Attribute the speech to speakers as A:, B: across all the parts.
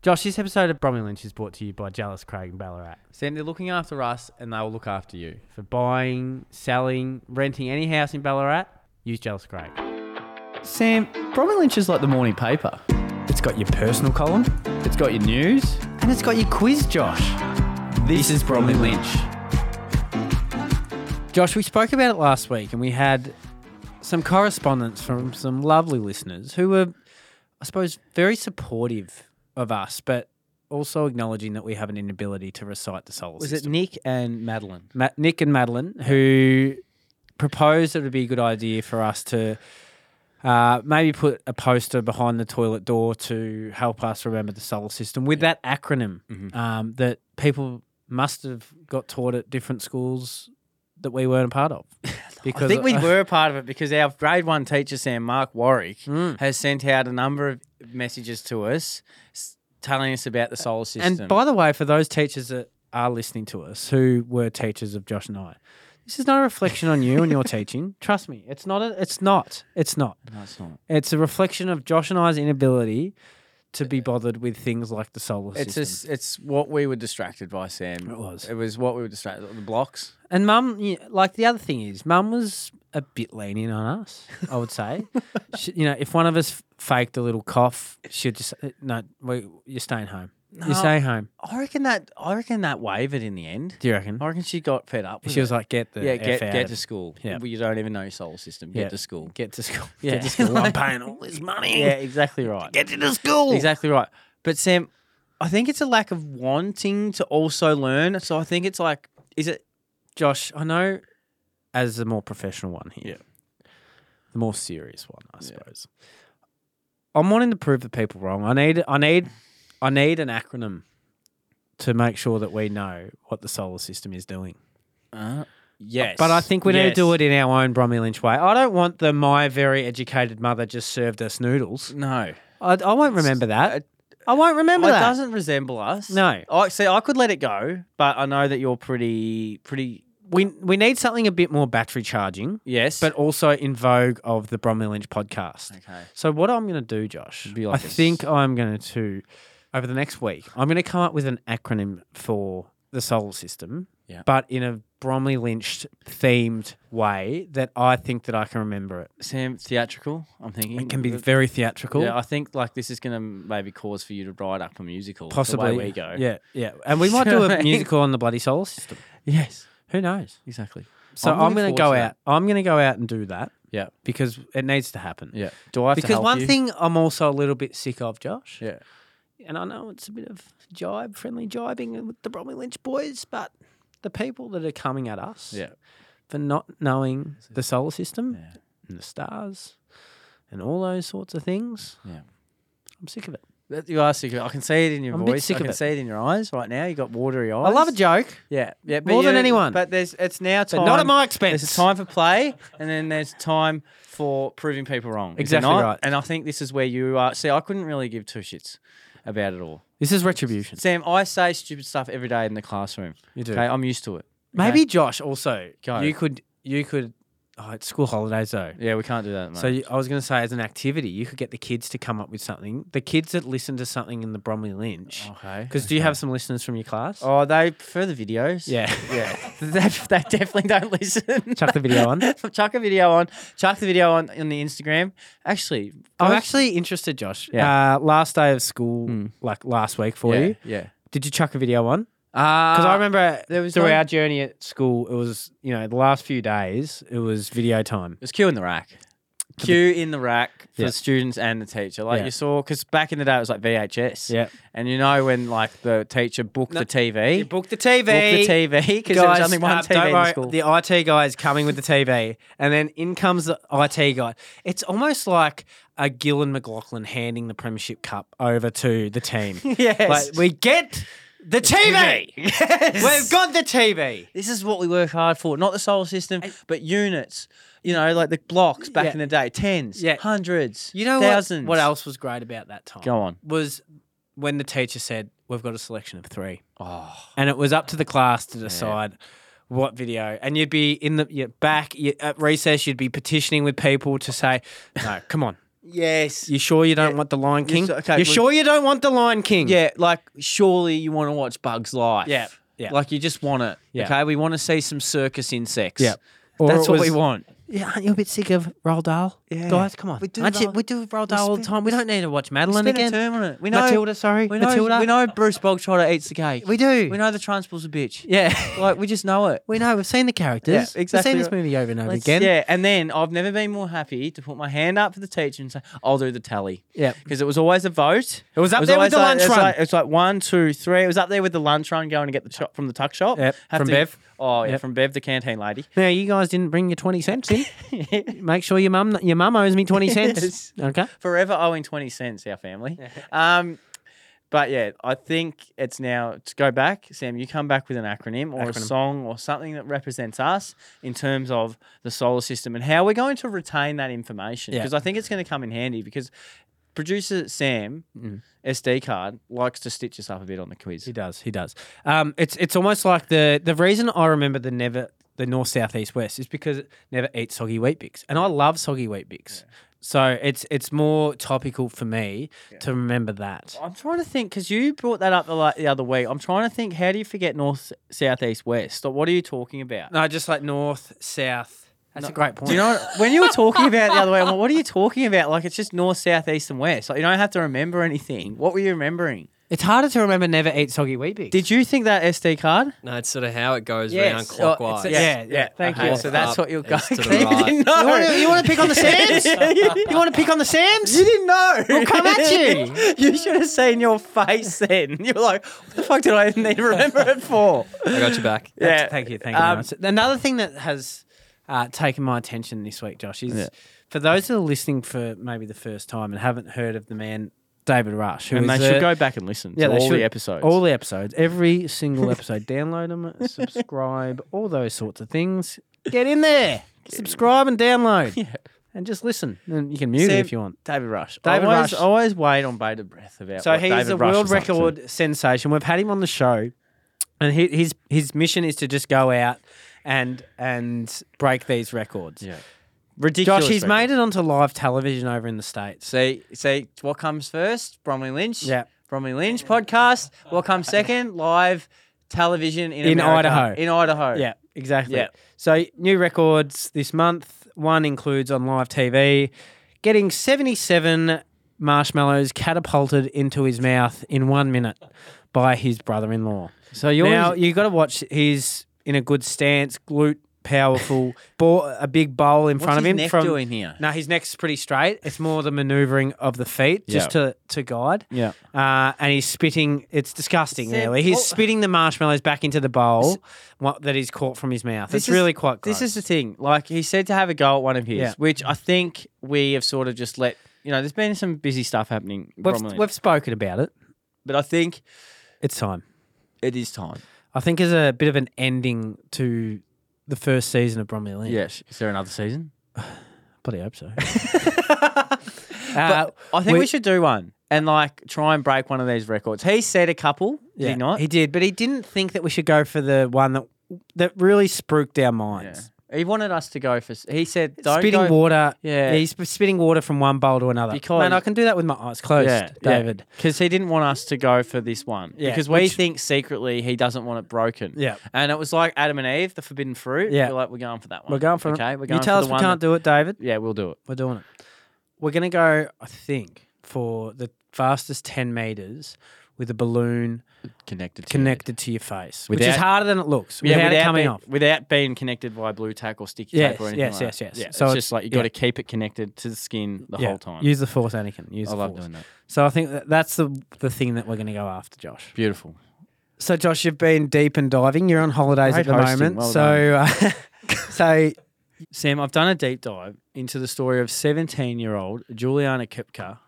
A: Josh, this episode of Bromley Lynch is brought to you by Jealous Craig and Ballarat.
B: Sam, they're looking after us and they will look after you.
A: For buying, selling, renting any house in Ballarat, use Jealous Craig.
B: Sam, Bromley Lynch is like the morning paper. It's got your personal column, it's got your news, and it's got your quiz, Josh. This, is Bromley Lynch.
A: Josh, we spoke about it last week and we had some correspondence from some lovely listeners who were, I suppose, very supportive of us, but also acknowledging that we have an inability to recite the solar
B: Was it
A: system.
B: Nick and Madeline?
A: Ma- Nick and Madeline who proposed it would be a good idea for us to uh, maybe put a poster behind the toilet door to help us remember the solar system with that acronym
B: Mm-hmm.
A: um, that people must have got taught at different schools that we weren't a part of. Because uh,
B: I think we were a part of it because our grade one teacher, Sam Mark Warwick,
A: Mm.
B: has sent out a number of messages to us s- telling us about the solar system.
A: And by the way, for those teachers that are listening to us who were teachers of Josh and I, this is not a reflection on you and your teaching. Trust me, it's not. A, it's not. It's not.
B: no, it's not.
A: It's a reflection of Josh and I's inability to be bothered with things like the solar
B: It's
A: system.
B: just, it's what we were distracted by, Sam.
A: It was.
B: It was what we were distracted. The blocks.
A: and Mum, you- like the other thing is, Mum was a bit lenient on us. I would say, she, you know, if one of us faked a little cough, she'd just no. We, you're staying home.
B: No.
A: You're staying home.
B: I reckon that. I reckon that wavered in the end.
A: Do you reckon?
B: I reckon she got fed up. With
A: She was
B: it.
A: like, "Get the
B: "Yeah, get
A: F out
B: get
A: of-
B: to school.
A: Yeah.
B: Well, you don't even know your solar system. Get
A: Yeah.
B: to school.
A: get to school.
B: Yeah.
A: Get to school. I'm
B: Like-
A: paying all this money.
B: Yeah, exactly right.
A: Get you to school.
B: exactly right. But Sam, I think it's a lack of wanting to also learn. So I think it's like, is it?
A: Josh, I know as the more professional one here, the more serious one, I
B: Yeah.
A: suppose. I'm wanting to prove the people wrong. I need, I need, I need an acronym to make sure that we know what the solar system is doing.
B: Uh, yes.
A: But I think we need to do
B: Yes.
A: it in our own Bromley Lynch way. I don't want the my very educated mother just served us noodles.
B: No,
A: I, I won't remember that. I won't remember
B: it
A: that.
B: doesn't resemble us.
A: No.
B: I see. I could let it go, but I know that you're pretty, pretty.
A: We we need something a bit more battery charging,
B: Yes,
A: but also in vogue of the Bromley Lynch podcast.
B: okay.
A: So what I'm going to do, Josh,
B: Be like
A: I
B: this.
A: think I'm going to over the next week, I'm going to come up with an acronym for the solar system,
B: Yeah.
A: but in a Bromley Lynch themed way that I think that I can remember it. Mm.
B: Sam, theatrical. I'm thinking
A: It can be very theatrical.
B: Yeah, I think like this is going to maybe cause for you to write up a musical.
A: Possibly,
B: the way we go.
A: Yeah, yeah, and we might do a
B: Sorry.
A: musical on the bloody solar system.
B: Yes.
A: Who knows?
B: Exactly.
A: So
B: I'm
A: I'm, going
B: looking
A: to go
B: forward to
A: out. I'm going to go out and do that
B: Yeah.
A: because it needs to happen.
B: Yeah. Do I have to
A: Because
B: help
A: one
B: you?
A: thing I'm also a little bit sick of, Josh.
B: Yeah.
A: and I know it's a bit of jibe, friendly jibing with the Bromley Lynch boys, but the people that are coming at us
B: Yeah.
A: for not knowing the solar system
B: Yeah.
A: and the stars and all those sorts of things,
B: Yeah.
A: I'm sick of it.
B: That you are sick of it. I can see it in your
A: I'm a bit
B: voice.
A: sick
B: I
A: of
B: can
A: it.
B: see it in your eyes right now. You got watery eyes.
A: I love a joke,
B: Yeah. Yeah. but
A: More than
B: you-
A: anyone.
B: But there's it's now time.
A: but not at my
B: There's
A: expense.
B: a time for play, and then there's time for proving people wrong. Is there
A: Exactly
B: not?
A: right.
B: And I think this is where you are. See, I couldn't really give two shits about it all.
A: This is retribution.
B: Sam, I say stupid stuff every day in the classroom.
A: You do.
B: Okay, I'm used to it.
A: Maybe Josh also.
B: Go.
A: You could. You could. Oh, it's school holidays though.
B: Yeah, we can't do that. Mate.
A: So you, I was going to say, as an activity, you could get the kids to come up with something. The kids that listen to something in the Bromley Lynch.
B: okay.
A: Because do you have some listeners from your class?
B: Oh, they prefer the videos.
A: Yeah.
B: Yeah. they, they definitely don't listen.
A: Chuck the video on.
B: chuck a video on. Chuck the video on on the Instagram. Actually,
A: I'm
B: guys-
A: Oh, actually interested, Josh.
B: Yeah. Hmm.
A: Uh, last day of school, like last week for
B: yeah,
A: you,
B: Yeah. Uh,
A: did you chuck a video on?
B: Because
A: Because I remember there was through
B: one-
A: our journey at school, it was you know the last few days, it was video time.
B: It was queue in the rack. Queue in the rack for
A: Yeah.
B: the students and the teacher. Like
A: Yeah.
B: you saw, because back in the day it was like VHS.
A: Yeah.
B: And you know when like the teacher booked the TV.
A: booked the TV.
B: Booked the TV because there was
A: Guys,
B: only one
A: uh,
B: TV
A: don't
B: in
A: worry,
B: the school.
A: the IT guy is coming with the TV, and then in comes the IT guy. It's almost like a Gillan McLaughlin handing the Premiership Cup over to the team.
B: Yes.
A: like, we get the TV.
B: Yes.
A: We've got the TV.
B: This is what we work hard for, not the solar system, but units. You know, like the blocks back
A: Yeah.
B: in the day, tens,
A: Yeah.
B: hundreds,
A: You know what-
B: thousands.
A: What, else was great about that time?
B: Go on.
A: Was when the teacher said, We've got a selection of three.
B: Oh,
A: And it was up to the class to decide what video. And you'd be in the you back you, at recess, you'd be petitioning with people to say, No, come on.
B: Yes.
A: You sure you don't
B: Yeah.
A: want the Lion King?
B: so- okay,
A: you
B: we-
A: sure you don't want the Lion King?
B: Yeah, like surely you want to watch Bugs Life.
A: Yeah, yeah.
B: Like you just want it.
A: Yeah.
B: Okay, we want to see some circus insects.
A: Yeah. Or
B: That's
A: it
B: what
A: was-
B: we want.
A: Yeah, aren't you a bit sick of Roald Dahl?
B: Yeah.
A: Guys, come on.
B: We do
A: Aren't you-
B: Roald-
A: we do Roald Dahl all the
B: spend-
A: time. We don't need to watch Madeline
B: Spend a
A: again.
B: term on it. We know
A: Matilda, sorry.
B: We know,
A: Matilda.
B: We know Bruce Bogtrotter eats the cake.
A: We do.
B: We know the Transpil's a bitch.
A: Yeah.
B: Like we just know it.
A: we know. We've seen the characters.
B: Yeah, exactly
A: We've seen this
B: right.
A: movie over and over
B: Let's-
A: again.
B: Yeah, and then I've never been more happy to put my hand up for the teacher and say, I'll do the tally.
A: Yep.
B: Because it was always a vote.
A: It was up there
B: always
A: with the
B: like-
A: lunch
B: it was
A: run.
B: Like, it was like one, two, three. It was up there with the lunch run going to get the shop from the tuck shop.
A: Yep, from Bev.
B: Oh, yeah,
A: Yep.
B: from Bev, the canteen lady.
A: Now you guys didn't bring your twenty cents in. Make sure your mum your mum owes me twenty cents. Okay.
B: Forever owing 20 cents, our family. um, but yeah, I think it's now to go back. Sam, you come back with an acronym or a
A: Acronym.
B: song or something that represents us in terms of the solar system and how we're going to retain that information.
A: Yeah.
B: Because I think it's going to come in handy because producer Sam,
A: Mm.
B: SD card, likes to stitch us up a bit on the quiz.
A: He does. He does. Um, it's it's almost like the the reason I remember the never the north south east west is because it never eat soggy wheat bix, and I love soggy wheat bix. So it's it's more topical for me to remember that.
B: I'm trying to think because you brought that up the, la- the other week. I'm trying to think how do you forget north, south, east, west? Like, what are you talking about?
A: No, just like north south. That's a great point.
B: Do you know what, when you were talking about it the other way? I'm like, what are you talking about? Like it's just north, south, east, and west. Like you don't have to remember anything. What were you remembering?
A: it's harder to remember never eat soggy wheat bix.
B: Did you think that SD card?
C: No, it's sort of how it goes round
B: Oh,
C: clockwise.
B: it's-
A: yeah.
B: yeah, yeah. Thank
C: Okay.
B: you. So that's
C: Up,
B: what you're going.
C: east to the
B: You
C: right.
B: didn't
A: You want
B: know.
A: to you wanna pick on the Sands? you want to pick on the Sands?
B: You didn't know. We'll
A: come at you.
B: you should have seen your face then. You were like, what the fuck did I even need to remember it for? Um,
C: I got you back.
B: Yeah.
A: Thank you. Thank you. very much. Another thing that has uh, taken my attention this week, Josh, is for those that are listening for maybe the first time and haven't heard of the man David Rush, who
B: And they
A: is
B: should
A: a-
B: go back and listen to
A: they
B: all
A: should.
B: the episodes.
A: All the episodes, every single episode. download them, subscribe, all those sorts of things. Get in there, subscribe and download, and just listen. And you can mute it
B: Sam-
A: if you want.
B: David Rush.
A: David
B: always,
A: Rush.
B: Always wait on bated breath about.
A: So
B: what
A: he's
B: David
A: a
B: Rush
A: world
B: is up to.
A: record sensation. We've had him on the show, and he, his his mission is to just go out and and break these records.
B: Yeah.
A: Ridiculous. Josh, he's
B: record.
A: made it onto live television over in the states.
B: See, see what comes first? Bromley Lynch.
A: Yeah.
B: Bromley Lynch podcast. What comes second? Live television in,
A: In
B: America.
A: Idaho.
B: In Idaho.
A: Yeah, exactly.
B: Yeah.
A: So new records this month. One includes on live TV, getting seventy seven marshmallows catapulted into his mouth in one minute by his brother in law.
B: So you're
A: now you got to watch. He's in a good stance, glute powerful, ball, a big bowl in
B: what's
A: front of
B: his
A: him.
B: neck
A: from,
B: doing here?
A: No, his neck's pretty straight. It's more the manoeuvring of the feet, just to to guide.
B: Yeah.
A: Uh, and he's spitting. It's disgusting,
B: Sam,
A: really. He's
B: oh.
A: spitting the marshmallows back into the bowl what, that he's caught from his mouth. It's
B: is-
A: really quite. Gross.
B: This is the thing. Like he said to have a go at one of his,
A: Yeah.
B: which I think we have sort of just let. You know, there's been some busy stuff happening,
A: we've,
B: Bromley.
A: we've spoken about it.
B: but I think
A: It's time.
B: it is time.
A: I think as a bit of an ending to the first season of Bromley Lane.
B: Yes. Is there another season?
A: bloody hope so. Uh,
B: But I think
A: we-
B: we, should do one and like try and break one of these records. He said a couple, did
A: Yeah,
B: he not?
A: He did, but he didn't think that we should go for the one that that really spooked our minds.
B: He wanted us to go for. He said, "Don't
A: Spitting
B: go,
A: water.
B: Yeah.
A: he's sp- spitting water from one bowl to another.
B: Because-
A: Man, I can do that with my eyes closed, David.
B: Because he didn't want us to go for this one.
A: Yeah,
B: Because we
A: which-
B: think secretly he doesn't want it broken.
A: Yeah.
B: And it was like Adam and Eve, the forbidden fruit.
A: Yeah.
B: We're like, we're going for that one.
A: We're going for
B: Okay,
A: it.
B: we're going
A: you tell
B: for
A: us
B: the
A: we
B: one
A: can't do it, David.
B: do Yeah, we'll do it.
A: We're doing it. We're gonna go. I think for the fastest ten meters with a balloon
B: Connected to
A: connected to your face, which is
B: Without-
A: harder than it looks.
B: Yeah,
A: without,
B: without
A: it coming
B: being,
A: off.
B: Without being connected by blue tack or sticky
A: Yes,
B: tape or anything
A: yes,
B: like
A: yes,
B: that.
A: yes.
B: Yeah,
A: So
B: it's
A: it's-
B: just like you
A: yeah.
B: got to keep it connected to the skin the
A: Yeah.
B: whole time.
A: Use the force, Anakin. Use
B: I
A: the
B: love
A: force.
B: doing that.
A: So I think that that's the the thing that we're gonna go after, Josh.
B: Beautiful.
A: So, Josh, you've been deep and diving. You're on holidays
B: Great
A: at the
B: hosting.
A: moment.
B: Well
A: so, uh, so
B: Sam, I've done a deep dive into the story of 17 year old Juliana Kipka,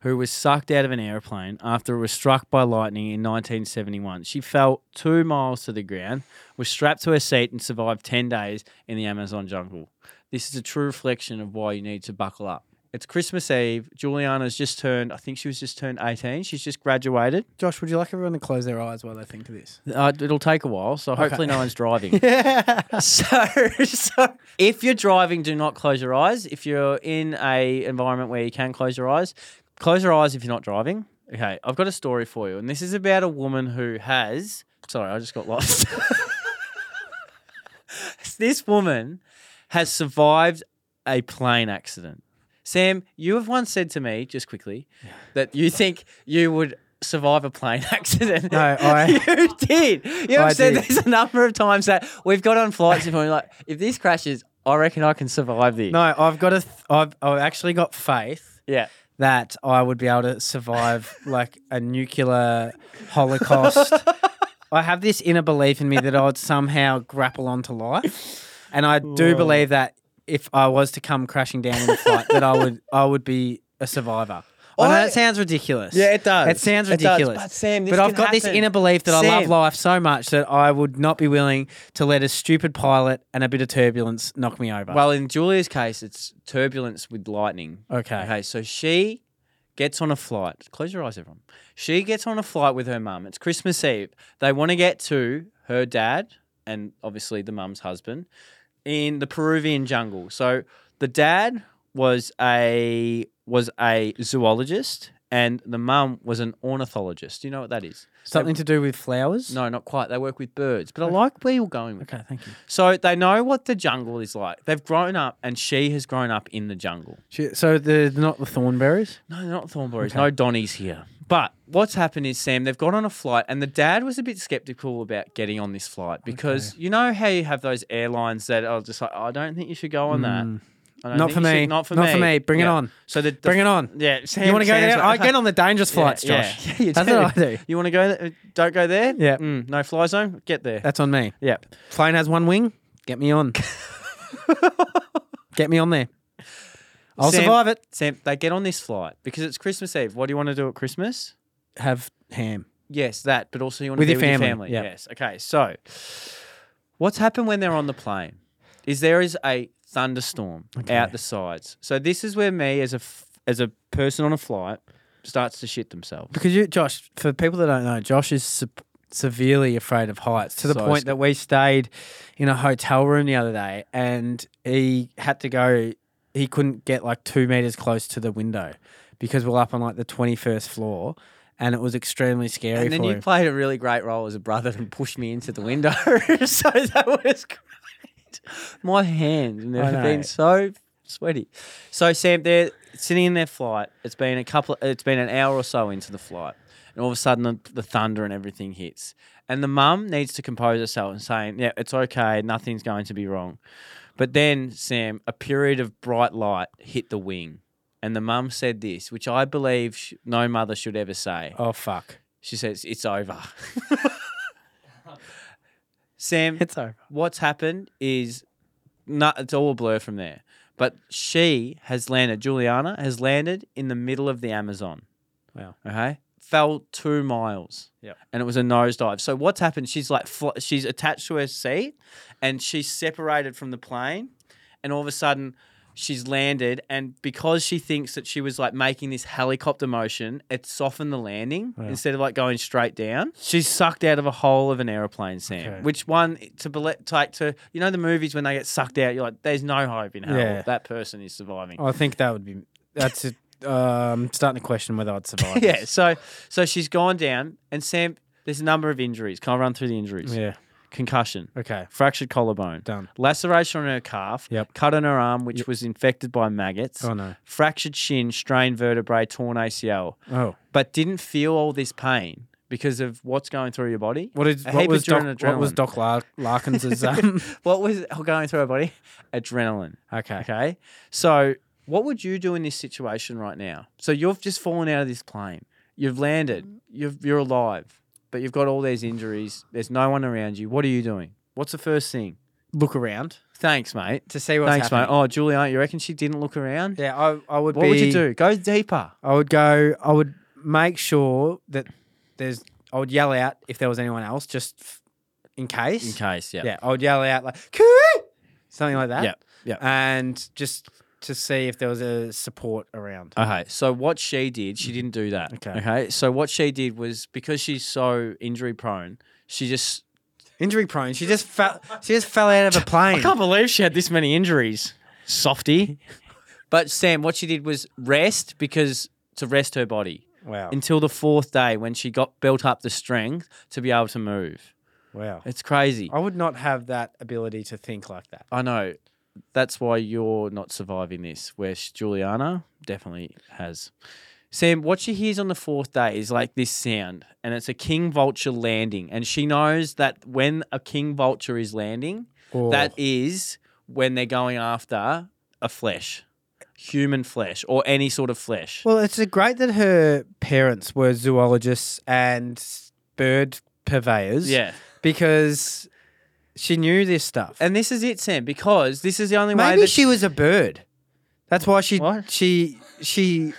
B: who was sucked out of an airplane after it was struck by lightning in 1971. She fell two miles to the ground, was strapped to her seat, and survived 10 days in the Amazon jungle. This is a true reflection of why you need to buckle up. It's Christmas Eve. Juliana's just turned, I think she was just turned 18. She's just graduated.
A: Josh, would you like everyone to close their eyes while they think of this?
B: Uh, it'll take a while, so hopefully no one's driving. so, so if you're driving, do not close your eyes. If you're in a environment where you can close your eyes, close your eyes if you're not driving. Okay, I've got a story for you, and this is about a woman who has. Sorry, I just got lost. this woman has survived a plane accident. Sam, you have once said to me, just quickly, that you think you would survive a plane accident.
A: No, I-
B: you did. You have
A: I
B: said
A: did.
B: this a number of times that we've got on flights and we're like, if this crashes, I reckon I can survive this.
A: No, I've got a. Th- I've I've actually got faith
B: Yeah.
A: that I would be able to survive like a nuclear holocaust. I have this inner belief in me that I would somehow grapple onto life, and I do believe that if I was to come crashing down in a fight, that I would I would be a survivor. I know
B: I-
A: that sounds ridiculous.
B: Yeah, it does.
A: It sounds
B: It does.
A: ridiculous.
B: But Sam, this
A: But I've
B: can
A: got this
B: happen.
A: inner belief that I love
B: Sam.
A: life so much that I would not be willing to let a stupid pilot and a bit of turbulence knock me over.
B: Well, in Julia's case, it's turbulence with lightning.
A: Okay.
B: Okay, so she gets on a flight. Close your eyes, everyone. She gets on a flight with her mum. It's Christmas Eve. They want to get to her dad and obviously the mum's husband in the Peruvian jungle. So the dad was a was a zoologist and the mum was an ornithologist. Do you know what that is?
A: Something to do with flowers?
B: No, not quite. They work with birds. But I like where you're going with
A: Okay, thank you.
B: so they know what the jungle is like. They've grown up, and she has grown up in the jungle.
A: She, so they're not the Thornberries?
B: No, not Thornberries. No Donnie's here. But what's happened is Sam, they've got on a flight, and the dad was a bit skeptical about getting on this flight because you know how you have those airlines that are just like, "Oh, I don't think you should go on that. I don't
A: Mm. Not
B: think
A: for
B: you should-
A: me.
B: not for
A: Not
B: me.
A: for me. Bring it
B: Yeah.
A: on.
B: So the, the-
A: Bring it on.
B: Yeah, Sam,
A: you want to go
B: Sam's
A: there?
B: like,
A: I get on the dangerous flights,
B: yeah,
A: Josh.
B: Yeah, you
A: That's
B: do.
A: what I do.
B: You want to go there? Don't go there.
A: Yeah. Uh,
B: Mm, no fly zone. Get there.
A: That's on me.
B: yeah.
A: Plane has one wing. Get me on. get me on there. I'll
B: Sam-
A: survive it.
B: Sam, they get on this flight because it's Christmas Eve. What do you want to do at Christmas?
A: Have ham.
B: Yes, that, but also you want
A: With
B: to be
A: your
B: with
A: family,
B: your family.
A: yeah.
B: Yes. Okay. So, what's happened when they're on the plane is there is a thunderstorm out the sides. So this is where me as a f- as a person on a flight starts to shit themselves.
A: Because you, Josh, for people that don't know, Josh is se- severely afraid of heights to the
B: So
A: point
B: scared.
A: that we stayed in a hotel room the other day and he had to go, he couldn't get like two meters close to the window because we're up on like the 21st floor and it was extremely scary
B: And then
A: for
B: you
A: him.
B: played a really great role as a brother and pushed me into the window. so that was great. My hands have never
A: know.
B: been so sweaty. So Sam, they're sitting in their flight. It's been a couple. It's been an hour or so into the flight, and all of a sudden the, the thunder and everything hits. And the mum needs to compose herself and saying, "Yeah, it's okay. Nothing's going to be wrong." But then Sam, a period of bright light hit the wing. And the mum said this, which I believe sh- no mother should ever say.
A: oh, fuck.
B: She says, It's over. Sam,
A: It's over.
B: what's happened is not, it's all a blur from there. But she has landed, Juliana has landed in the middle of the Amazon.
A: Wow.
B: Okay. Fell two miles.
A: Yep.
B: And it was a nosedive. So what's happened? She's like, fl- she's attached to her seat and she's separated from the plane. And all of a sudden, she's landed. And because she thinks that she was like making this helicopter motion, it softened the landing instead of like going straight down. She's sucked out of a hole of an aeroplane, Sam.
A: Okay.
B: Which one to bele- take to, you know, the movies when they get sucked out, you're like, there's no hope in hell.
A: Yeah.
B: That person is surviving.
A: I think that would be. That's it. Um, starting to question whether I'd survive.
B: yeah.
A: this.
B: So so she's gone down, and Sam, there's a number of injuries. Can I run through the injuries?
A: Yeah.
B: Concussion,
A: Okay.
B: fractured collarbone,
A: Done.
B: laceration on her calf,
A: Yep.
B: cut on her arm, which was infected by maggots,
A: Oh, no.
B: fractured shin, strained vertebrae, torn ACL,
A: Oh.
B: but didn't feel all this pain because of what's going through your body.
A: What, is,
B: A
A: what,
B: heap
A: was
B: of
A: Doc,
B: adrenaline.
A: what was Doc Lar- Larkins' um,
B: What was going through her body? Adrenaline.
A: Okay.
B: Okay. So, what would you do in this situation right now? So, you've just fallen out of this plane. You've landed. You've, you're alive, but you've got all these injuries. There's no one around you. What are you doing? What's the first thing?
A: look around
B: Thanks, mate.
A: to see what's
B: Thanks,
A: happening?
B: mate. Oh, Julian, you reckon she didn't look around?
A: Yeah, I, I would
B: What
A: be.
B: would you do? Go deeper.
A: I would go. I would make sure that there's. I would yell out if there was anyone else, just f- in case.
B: case,
A: Yeah, I would yell out like "Coo!" something like that.
B: Yeah, yeah.
A: and just to see if there was a support around.
C: Okay, so what she did, she didn't do that.
A: Okay.
C: Okay, so what she did was because she's so injury prone, she just
A: Injury prone. She just fell. She just fell out of a plane.
C: I can't believe she had this many injuries, softy. but Sam, what she did was rest because to rest her body
A: Wow.
C: until the fourth day when she got built up the strength to be able to move.
A: Wow.
C: It's crazy.
A: I would not have that ability to think like that.
C: I know. That's why you're not surviving this, where sh- Juliana definitely has. Sam, what she hears on the fourth day is like this sound, and it's a king vulture landing. And she knows that when a king vulture is landing,
A: Oh.
C: that is when they're going after a flesh, human flesh, or any sort of flesh.
A: Well, it's uh, great that her parents were zoologists and s- bird purveyors.
C: yeah.
A: Because she knew this stuff.
C: And this is it, Sam, because this is the only way
A: maybe
C: that
A: she was a bird. That's why she
C: What?
A: she she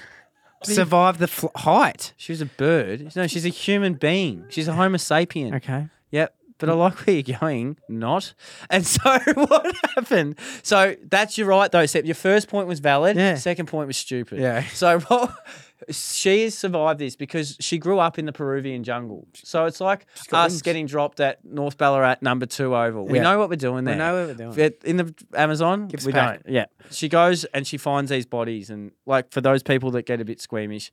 A: survived the fl- height.
C: she was a bird. No, she's a human being. She's a Homo sapien.
A: Okay.
C: Yep. But I
A: Mm.
C: like where you're going, not. And so what happened? So that's you're right though, Sep. Your first point was valid.
A: Yeah.
C: Second point was stupid.
A: Yeah.
C: So what, she has survived this because she grew up in the Peruvian jungle. So it's like
A: got
C: us
A: wings.
C: getting dropped at North Ballarat number two oval. We
A: Yeah.
C: know what we're doing there.
A: We know what we're doing.
C: But in the Amazon,
A: us
C: we
A: a pack.
C: don't. Yeah. She goes and she finds these bodies, and like for those people that get a bit squeamish,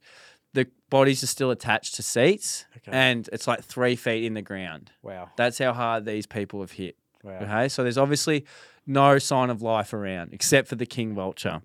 C: the bodies are still attached to seats,
A: Okay.
C: and it's like three feet in the ground.
A: Wow.
C: That's how hard these people have hit.
A: Wow.
C: Okay. So there's obviously no sign of life around except for the king vulture.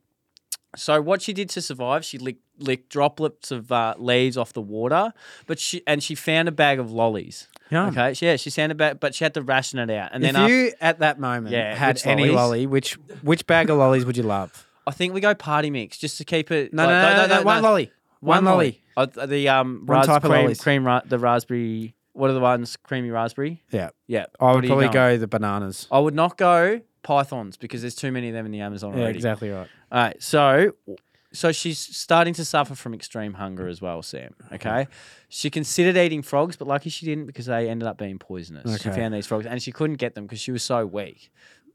C: So what she did to survive, she licked, licked droplets of uh, leaves off the water, but she and she found a bag of lollies.
A: Yum.
C: Okay. Yeah, she found a bag, but she had to ration it out. And
A: If
C: then uh, after,
A: you at that moment
C: Yeah,
A: had
C: which
A: any
C: lollies?
A: lolly, which which bag of lollies would you love?
C: I think we go party mix just to keep it.
A: No,
C: like,
A: no, no, no, one lolly. One lolly.
C: Uh, the um,
A: One
C: ras-
A: type of
C: cream,
A: lollies.
C: cream, ra- the raspberry. What are the ones? Creamy raspberry.
A: Yeah.
C: Yeah,
A: I
C: What
A: would
C: are you
A: probably
C: going?
A: go the bananas.
C: I would not go pythons because there's too many of them in the Amazon
A: Yeah,
C: already.
A: exactly right.
C: All right, so so she's starting to suffer from extreme hunger as well, Sam. Okay, she considered eating frogs, but lucky she didn't because they ended up being poisonous. She
A: Okay.
C: found these frogs, and she couldn't get them because she was so weak.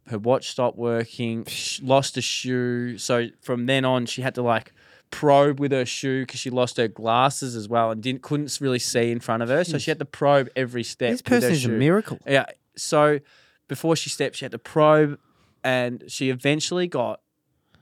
C: Her watch stopped working. sh- Lost a shoe, so from then on she had to like probe with her shoe because she lost her glasses as well and didn't couldn't really see in front of her. So she had to probe every step.
A: This
C: with her
A: person is a
C: shoe.
A: miracle.
C: Yeah. So before she stepped, she had to probe, and she eventually got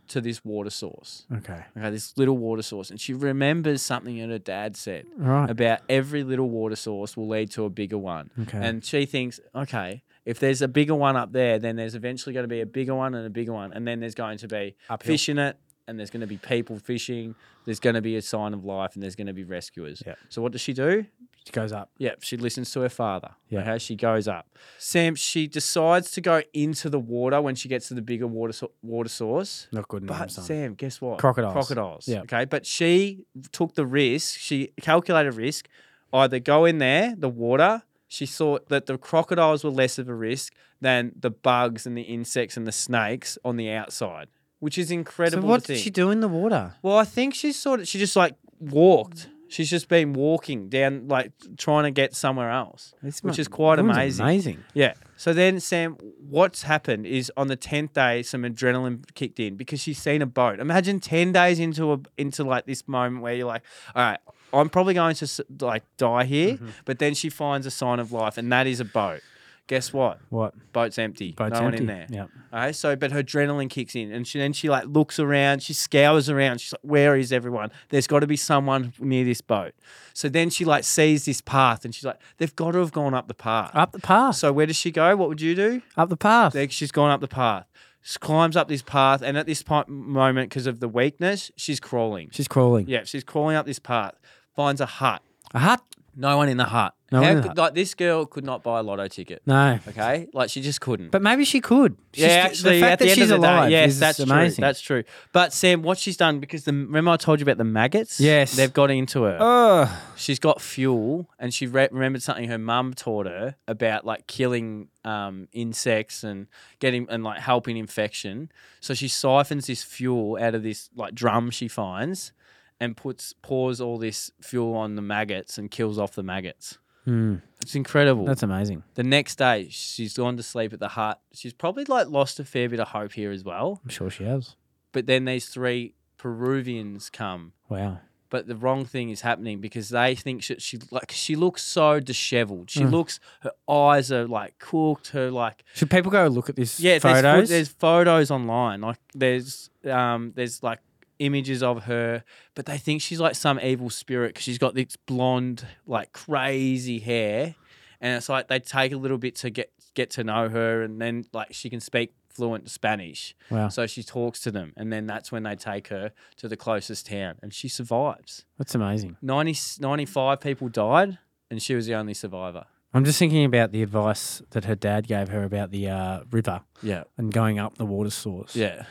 C: to this water source.
A: Okay.
C: Okay, this little water source, and she remembers something that her dad said
A: Right.
C: about every little water source will lead to a bigger one.
A: Okay.
C: And she thinks, okay, if there's a bigger one up there, then there's eventually going to be a bigger one and a bigger one, and then there's going to be
A: Uphill.
C: fish in it, and there's going to be people fishing. There's going to be a sign of life, and there's going to be rescuers.
A: Yeah.
C: So what does she do?
A: She goes up.
C: Yep, she listens to her father.
A: Yeah.
C: Okay, she goes up. Sam, she decides to go into the water when she gets to the bigger water so- water source.
A: Not good
C: But
A: enough. son.
C: Sam, guess what?
A: Crocodiles.
C: Crocodiles.
A: Yeah.
C: Okay, but she took the risk. She calculated risk. Either go in there, the water. She thought that the crocodiles were less of a risk than the bugs and the insects and the snakes on the outside, which is
A: So
C: incredible. to
A: what did
C: think.
A: she do in the water?
C: Well, I think she's sort of she just like walked. She's just been walking down, like trying to get somewhere else, which is quite amazing.
A: Amazing.
C: Yeah. So then, Sam, what's happened is on the tenth day, some adrenaline kicked in because she's seen a boat. Imagine ten days into a into like this moment where you're like, all right, I'm probably going to s- like die here, but then she finds a sign of life, and that is a boat. Guess what?
A: What?
C: Boat's empty.
A: Boat's
C: no
A: empty.
C: one in there.
A: Yep.
C: Okay, so but her adrenaline kicks in, and she then she like looks around, she scours around, she's like, "Where is everyone? There's got to be someone near this boat." So then she like sees this path, and she's like, "They've got to have gone up the path."
A: Up the path.
C: So where does she go? What would you do?
A: Up the path.
C: Like, she's gone up the path, she climbs up this path, and at this point, moment, because of the weakness, she's crawling.
A: She's crawling.
C: Yeah, she's crawling up this path, finds a hut.
A: A hut.
C: No one in the hut.
A: No one
B: How
A: in the
B: could,
A: hut.
B: like this girl could not buy a lotto ticket.
A: No.
B: Okay, like she just couldn't.
A: But maybe she could. She's,
C: yeah, actually,
A: the fact
C: at
A: that
C: the end
A: she's
C: of the
A: alive
C: day, yes,
A: is
C: that's
A: amazing.
C: true. That's true. But Sam, what she's done because the remember I told you about the maggots.
A: Yes.
C: they've got into her.
A: oh,
C: She's got fuel, and she re- remembered something her mum taught her about like killing um, insects and getting and like helping infection. So she siphons this fuel out of this like drum she finds, and puts pours all this fuel on the maggots and kills off the maggots.
A: Hmm.
C: It's incredible.
A: that's amazing.
C: The next day, she's gone to sleep at the hut. She's probably like lost a fair bit of hope here as well.
A: I'm sure she has.
C: But then these three Peruvians come
B: Wow.
C: but the wrong thing is happening because they think she, she like she looks so disheveled. She looks her eyes are like cooked. Her like
B: Should people go look at this
C: yeah, there's, pho-
B: photos?
C: there's photos online. Like there's um there's like images of her, but they think she's like some evil spirit because she's got this blonde like crazy hair, and it's like they take a little bit to get get to know her, and then like she can speak fluent Spanish.
B: wow.
C: So she talks to them, and then that's when they take her to the closest town, and she survives.
B: That's amazing.
C: 90, 95 people died and she was the only survivor.
B: I'm just thinking about the advice that her dad gave her about the uh, river
C: Yeah.
B: and going up the water source.
C: Yeah.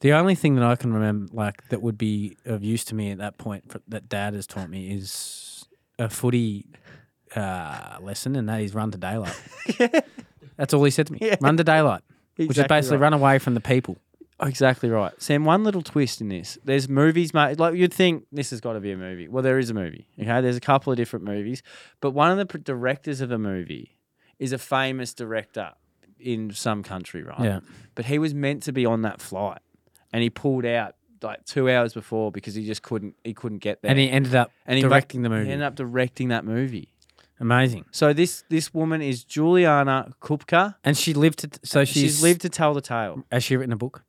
B: The only thing that I can remember, like that would be of use to me at that point, fr- that Dad has taught me, is a footy uh, lesson, and that is run to daylight. That's all he said to me. Run to daylight, which is
C: Exactly
B: basically
C: right.
B: run away from the people.
C: Exactly right. Sam, one little twist in this. There's movies made, like you'd think this has got to be a movie. Well, there is a movie. Okay. There's a couple of different movies, but one of the pr- directors of a movie is a famous director in some country, right?
B: Yeah.
C: But he was meant to be on that flight and he pulled out like two hours before because he just couldn't, he couldn't get there.
B: And he ended up
C: And he ma-
B: directing the movie.
C: He ended up directing that movie.
B: Amazing.
C: So this this woman is Juliana Kupka.
B: And she lived to, t- so she's,
C: She's, lived to tell the tale.
B: Has she written a book?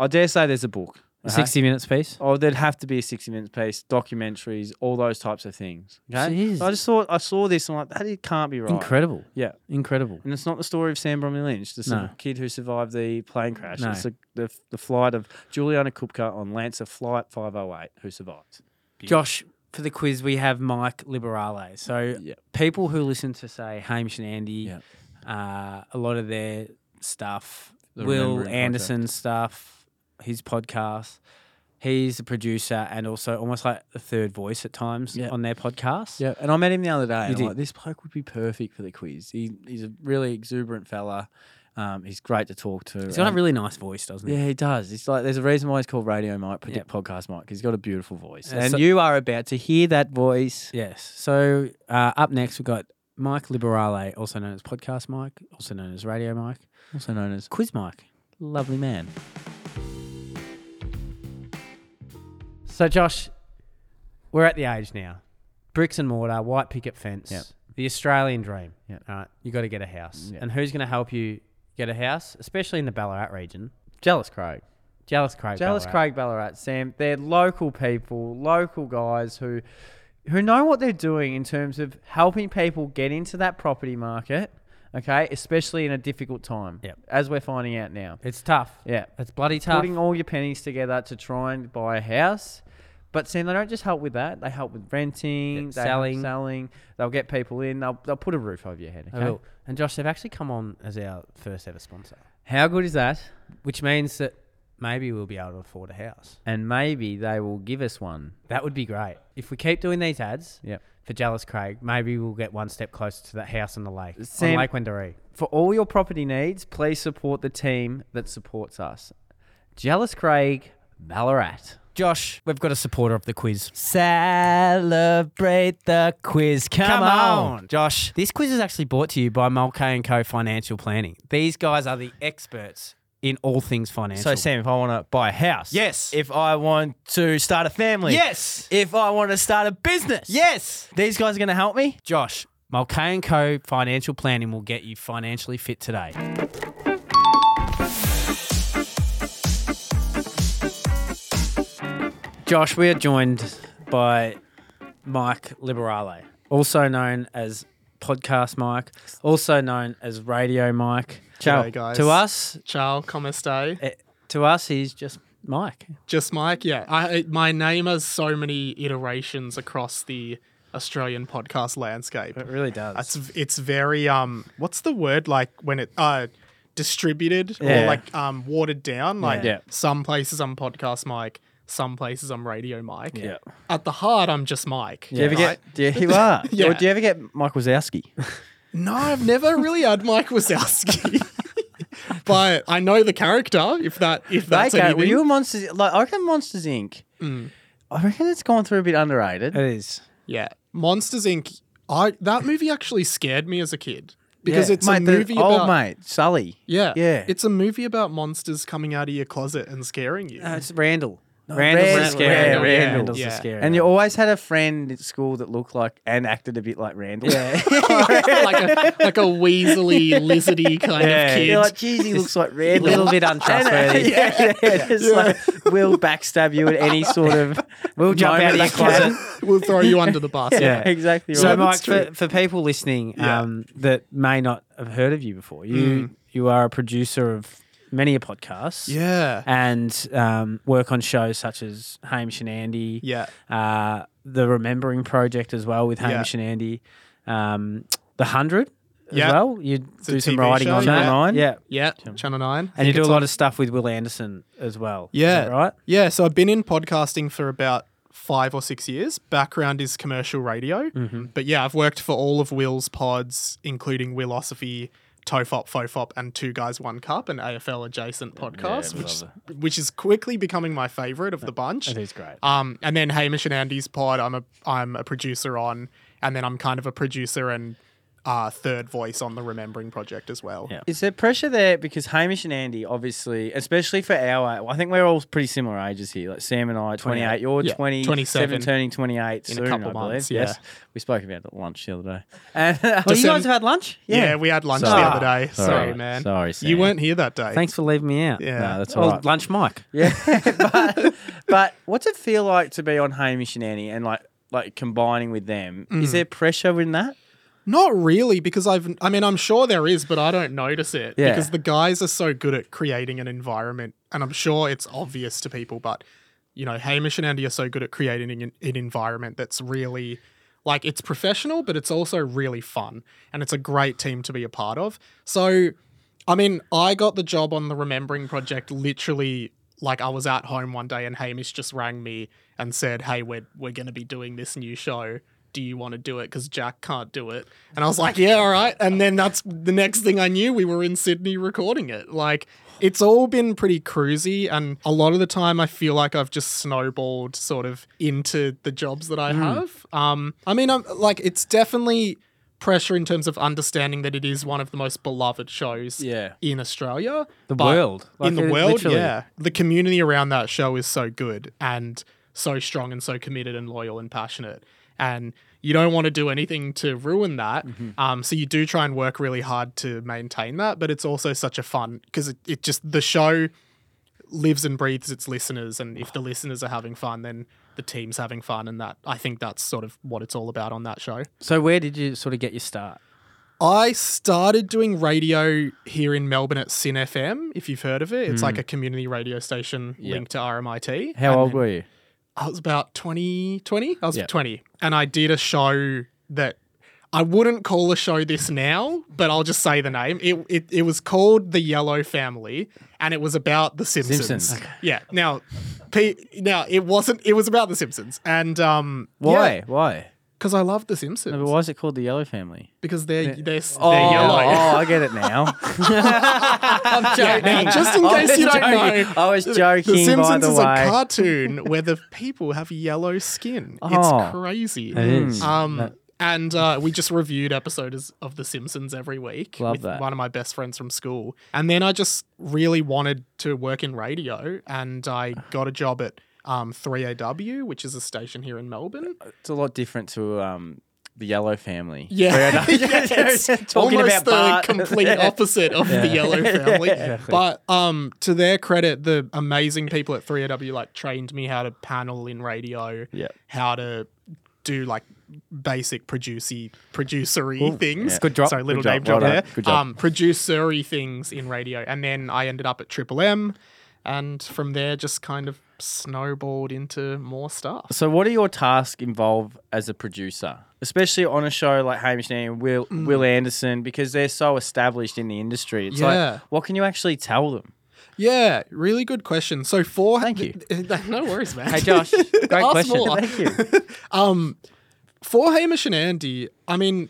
C: I dare say there's a book.
B: A
C: okay?
B: 60 minutes piece?
C: Oh, there'd have to be a sixty minutes piece, documentaries, all those types of things. Okay.
B: Jeez.
C: So I just saw I saw this. I'm like, that it can't be right.
B: Incredible.
C: Yeah.
B: Incredible.
C: And it's not the story of Sam Bromley Lynch, the
B: No.
C: kid who survived the plane crash.
B: No.
C: It's the, the, the flight of Juliana Kupka on Lancer Flight 508, who survived.
B: Josh, for the quiz, we have Mike Liberale. So
C: Yeah.
B: people who listen to say Hamish and Andy,
C: Yeah.
B: uh, a lot of their stuff,
C: The
B: Will
C: Remembering
B: Anderson stuff, his podcast. He's a producer and also almost like a third voice at times
C: Yeah.
B: on their podcast.
C: Yeah, and I met him the other day.
B: You
C: and I'm
B: did.
C: like, this bloke would be perfect for the quiz. He, he's a really exuberant fella. Um, he's great to talk to.
B: He's got a
C: and-
B: really nice voice, doesn't he?
C: yeah, he does. It's like there's a reason why he's called Radio Mike, but
B: Yeah.
C: podcast Mike. He's got a beautiful voice,
B: And
C: and
B: so-
C: you are about to hear that voice.
B: Yes. So uh, up next, we've got Mike Liberale, also known as Podcast Mike, also known as Radio Mike,
C: Also known as
B: Quiz Mike.
C: Lovely Man.
B: So, Josh, we're at the age now. Bricks and mortar, white picket fence,
C: Yep.
B: the Australian dream.
C: Yep.
B: All right, you got to get a house.
C: Yep.
B: And who's going to help you get a house, especially in the Ballarat region? Jealous Craig. Jealous Craig.
D: Dallas
B: Ballarat.
D: Craig Ballarat, Sam. They're local people, local guys who who know what they're doing in terms of helping people get into that property market. Okay, especially in a difficult time,
B: Yep.
D: as we're finding out now.
B: It's tough.
D: Yeah,
B: It's bloody tough.
D: putting all your pennies together to try and buy a house. But Sam, they don't just help with that. They help with renting, they help
B: selling.
D: selling. They'll get people in. They'll, they'll put a roof over your head.
B: I
D: Okay?
B: will. And Josh, they've actually come on as our first ever sponsor,
D: How good is that?
B: which means that maybe we'll be able to afford a house.
D: And maybe they will give us one.
B: That would be great. If we keep doing these ads
D: Yep.
B: for Jealous Craig, maybe we'll get one step closer to that house on the lake,
D: Sam-
B: on Lake Wendouree.
D: For all your property needs, please support the team that supports us. Jealous Craig Ballarat.
B: Josh, we've got a supporter of the quiz.
E: Celebrate the quiz. Come,
B: Josh. This quiz is actually brought to you by Mulcahy and Co Financial Planning. These guys are the experts in all things financial.
C: So Sam, if I want to buy a house,
B: Yes.
C: If I want to start a family,
B: Yes.
C: If I want to start a business,
B: yes,
C: These guys are going to help me.
B: Josh, Mulcahy and Co Financial Planning will get you financially fit today. Josh, we are joined by Mike Liberale, also known as Podcast Mike, also known as Radio Mike.
A: Ciao. G'day, guys.
B: To us,
A: Ciao, como stai?
B: eh, to us, he's just Mike.
A: Just Mike, yeah. I, my name has so many iterations across the Australian podcast landscape.
B: It really does.
A: It's it's very um, what's the word like when it uh, distributed
B: Yeah.
A: or like um watered down? Like
B: Yeah.
A: some places I'm podcast Mike, some places I'm radio Mike.
B: Yeah.
A: At the heart, I'm just Mike.
B: Do you ever
A: right?
C: Yeah, you are.
A: Yeah.
C: Or do you ever get Mike Wazowski?
A: No, I've never really had Mike Wazowski. But I know the character. If that, if that's
C: okay, uh, were
A: anything,
C: you a Monsters? Like I reckon Monsters Inc.
A: Mm.
C: I reckon it's gone through a bit underrated.
B: it is.
A: Yeah, oh Monsters Inc. I that movie actually scared me as a kid.
F: because
C: Yeah.
F: it's a
C: Mate, the
F: movie
C: old
F: about
C: mate Sully.
F: yeah,
C: Yeah.
F: It's a movie about monsters coming out of your closet and scaring you.
C: Uh,
A: No, it's Randall.
F: Oh,
C: Rand-
A: Randall's the scary.
C: Rand-
A: one.
C: Rand-
A: Randall's
F: yeah.
A: the scary.
C: And
A: one.
C: you always had a friend at school that looked like and acted a bit like Randall. Yeah.
F: like a like a weaselly, lizardy kind of kid.
C: You're like, geez, he looks like Randall.
A: little bit untrustworthy.
C: uh, yeah, yeah, yeah. Just like, will backstab you at any sort of.
A: We'll jump out of your
C: moment he
A: closet.
C: can.
F: we'll throw you under the bus.
C: Yeah, exactly.
A: So,
C: right.
A: Mike, for, for people listening um, that may not have heard of you before,
C: Mm.
A: you you are a producer of many a podcast,
F: Yeah.
A: and um, work on shows such as Hamish and Andy,
F: Yeah.
A: uh, the Remembering Project as well with
F: Yeah.
A: Hamish and Andy, um, the Hundred as
F: Yeah.
A: well. You
F: a
A: do some
F: TV
A: writing
F: show,
A: on that,
F: yeah.
A: Nine, yeah,
F: Yeah. Channel 9.
A: and you do a lot of stuff with Will Anderson as well. Is
F: Yeah.
A: that right.
F: Yeah. So I've been in podcasting for about five or six years. Background is commercial radio.
A: Mm-hmm.
F: But yeah, I've worked for all of Will's pods, including Willosophy, Tofop, Fofop, and Two Guys One Cup, an AFL adjacent podcast, which which is quickly becoming my favorite of the bunch.
A: It is great.
F: Um, and then Hamish and Andy's pod, I'm a I'm a producer on, and then I'm kind of a producer and uh, third voice on the Remembering Project as well.
A: Yeah.
C: Is there pressure there because Hamish and Andy, obviously, especially for our, I think we're all pretty similar ages here. Like Sam and I, 28, you're
F: Yeah.
C: 20,
F: 27.
C: turning 28
F: In a
C: soon,
F: couple
C: I believe.
F: months,
C: Yes, we spoke about it at lunch the other day. And
A: Well, you
F: Decem-
A: guys have had lunch.
F: Yeah, we had lunch
C: Sorry.
F: the other day. Sorry,
C: Sorry.
F: man.
C: Sorry,
F: You
C: Sam.
F: weren't here that day.
A: Thanks for leaving me out.
F: Yeah.
C: no, that's all
A: Well,
C: right.
A: lunch, Mike.
C: Yeah, but, but what's it feel like to be on Hamish and Annie and like like combining with them? Is there pressure in that?
F: Not really, because I've. I mean, I'm sure there is, but I don't notice it
C: Yeah.
F: because the guys are so good at creating an environment, and I'm sure it's obvious to people. But you know, Hamish and Andy are so good at creating an, an environment that's really like it's professional, but it's also really fun, and it's a great team to be a part of. So, I mean, I got the job on the Remembering Project literally. Like I was at home one day and Hamish just rang me and said, "Hey, we're we're going to be doing this new show. Do you want to do it? Because Jack can't do it." And I was like, "Yeah, all right." And then that's the next thing I knew, we were in Sydney recording it. Like it's all been pretty cruisy, and a lot of the time I feel like I've just snowballed sort of into the jobs that I have. Um, I mean, I'm like it's definitely pressure in terms of understanding that it is one of the most beloved shows
C: Yeah.
F: in Australia.
A: The
F: but
A: world. Like,
F: in the
A: it-
F: world,
A: literally.
F: yeah. The community around that show is so good and so strong and so committed and loyal and passionate. And you don't want to do anything to ruin that.
A: Mm-hmm.
F: Um, so you do try and work really hard to maintain that. But it's also such a fun because it, it just, the show lives and breathes its listeners. And if the listeners are having fun, then the team's having fun. And that, I think that's sort of what it's all about on that show.
A: So, where did you sort of get your start?
F: I started doing radio here in Melbourne at Sin FM, if you've heard of it. It's like a community radio station linked to RMIT.
C: Hmm. How old were you?
F: I was about 20, 20? I was 20. And I did a show that I wouldn't call a show this now, but I'll just say the name. It, it, it was called The Yellow Family and it was about The Simpsons.
C: Simpsons.
F: Yeah. Now, P, now it wasn't, it was about The Simpsons. And um,
C: Why? Why?
F: Because I love The Simpsons.
C: But why is it called the Yellow Family?
F: because they're, they're, s- they're
C: Oh,
F: yellow.
C: oh, I get it now.
F: Yeah, now, just in case you don't know,
C: I was joking.
F: The
C: by
F: Simpsons
C: the
F: is
C: way.
F: a cartoon where the people have yellow skin.
C: Oh.
F: It's crazy.
A: is.
F: Um, and uh, we just reviewed episodes of The Simpsons every week
C: Love
F: with
C: that.
F: one of my best friends from school. And then I just really wanted to work in radio, and I got a job at um, 3AW, which is a station here in Melbourne.
C: It's a lot different to um, the Yellow Family.
F: Yeah, Yeah, it's
C: Talking
F: almost
C: about
F: the
C: Bart.
F: complete opposite of the Yellow Family. But um, to their credit, the amazing people at 3AW like trained me how to panel in radio,
C: Yeah.
F: how to do like basic producy producery things.
C: yeah.
A: Good job.
F: Sorry, little
C: Good job.
F: name drop
C: Well
F: there.
C: done. Good job.
F: Um, producery things in radio, and then I ended up at Triple M, and from there just kind of snowballed into more stuff.
C: So, what do your tasks involve as a producer, especially on a show like Hamish and Andy and Will Will Anderson, because they're so established in the industry? It's
F: Yeah.
C: like, what can you actually tell them?
F: Yeah, really good question. So for
C: Thank you.
F: no worries, man.
A: Hey, Josh, great
F: Ask
A: question.
F: more.
C: Thank you.
F: for Hamish and Andy, I mean,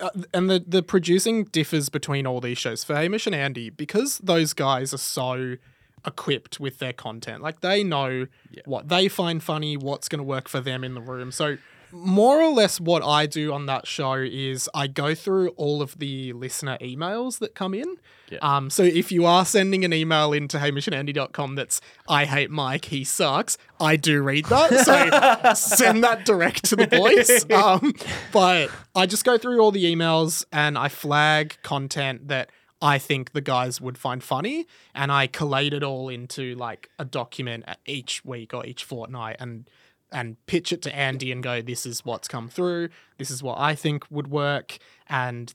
F: uh, and the the producing differs between all these shows. For Hamish and Andy, because those guys are so equipped with their content, like they know what they find funny, what's going to work for them in the room. So more or less what I do on that show is I go through all of the listener emails that come in. Um, so if you are sending an email in to hamishandandy.com that's I hate Mike, he sucks, I do read that. So send that direct to the boys. Um, but I just go through all the emails and I flag content that I think the guys would find funny and I collate it all into like a document at each week or each fortnight and and pitch it to Andy and go, this is what's come through. This is what I think would work. And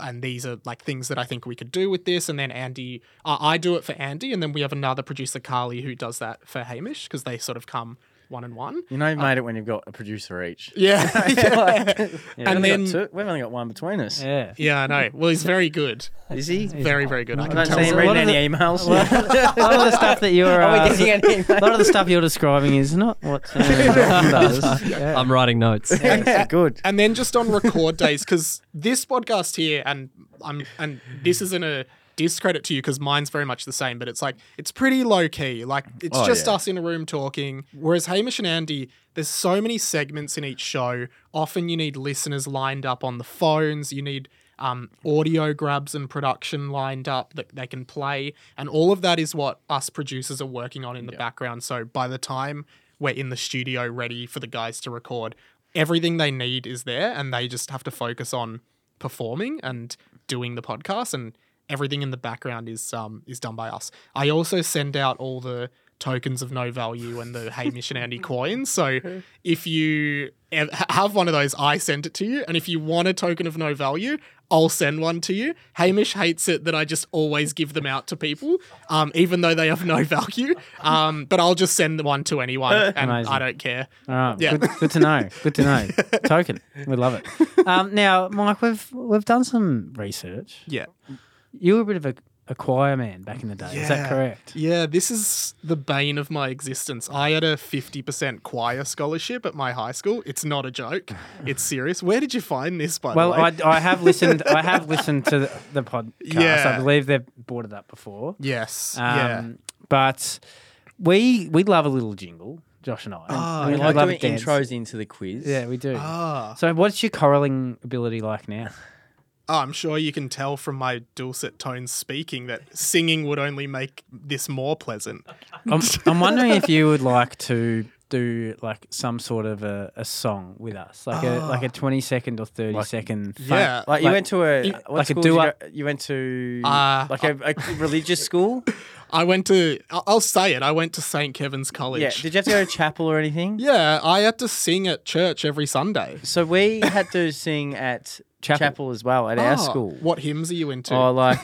F: and these are like things that I think we could do with this. And then Andy, uh, I do it for Andy, and then we have another producer, Carly, who does that for Hamish because they sort of come one and one.
C: You
B: Uh,
C: know, you've made it when you've got a producer each.
F: Yeah,
C: And
F: and
C: then
F: then
C: two, we've only got one between us.
B: Yeah.
F: yeah, I know. Well, he's very good.
C: Is he?
F: Very, very good. I
C: I
F: can
C: don't
F: tell.
C: see him
B: a lot
C: reading
B: of
C: any emails.
B: a lot of the stuff that you're
C: Are we
B: uh,
C: getting any
B: a lot of the stuff you're describing is not what uh, John does. Yeah.
G: I'm writing notes.
C: Yeah, Good.
F: and then just on record days because this podcast here and i'm and this isn't a discredit to you because mine's very much the same but it's like it's pretty low key like it's
C: Oh,
F: just
C: yeah.
F: us in a room talking whereas hamish and andy there's so many segments in each show often you need listeners lined up on the phones you need um, audio grabs and production lined up that they can play and all of that is what us producers are working on in the background so by the time we're in the studio ready for the guys to record everything they need is there and they just have to focus on performing and doing the podcast and everything in the background is um is done by us. I also send out all the tokens of no value and the Hamish and Andy coins. So if you ev- ha- have one of those, I send it to you. And if you want a token of no value, I'll send one to you. Hamish hates it that I just always give them out to people, um, even though they have no value. Um, but I'll just send one to anyone, and I
B: Amazing.
F: don't care.
B: All right.
F: Yeah.
B: Good, good to know. Good to know. Token. We love it. Um, now, Mike, we've we've done some research.
F: Yeah.
B: You were a bit of a, a choir man back in the day. Is that correct?
F: Yeah, this is the bane of my existence. I had a 50% choir scholarship at my high school. It's not a joke. It's serious. Where did you find this, by
B: Well,
F: the way?
B: I, I have listened. I have listened to the, the podcast.
F: Yeah.
B: I believe they've brought it up before.
F: yes.
B: Um,
F: yeah.
B: But we we love a little jingle, Josh and I. And
C: We
B: we
C: Oh, like
B: love
C: doing
B: a dance.
C: intros into the quiz. Oh.
B: Yeah, we do.
F: Ah.
B: So, what's your coralling ability like now?
F: Oh, I'm sure you can tell from my dulcet tones speaking that singing would only make this more pleasant.
B: I'm, I'm wondering if you would like to do like some sort of a, a song with us, like a
C: Ah.
B: like a 20 second or thirty second.
F: yeah.
C: Like you
B: Like-
C: went to a
B: like a
C: what school did you,
B: doo-wop.
C: go- you went to
F: Uh,
C: like a, a religious school.
F: I went to, I- I'll say it, I went to St. Kevin's College.
C: yeah. Did you have to go to chapel or anything?
F: yeah, I had to sing at church every Sunday.
C: So we had to sing at chapel, as well
B: Oh,
C: at our
F: Ah,
C: school.
F: What hymns are you into?
C: Oh, like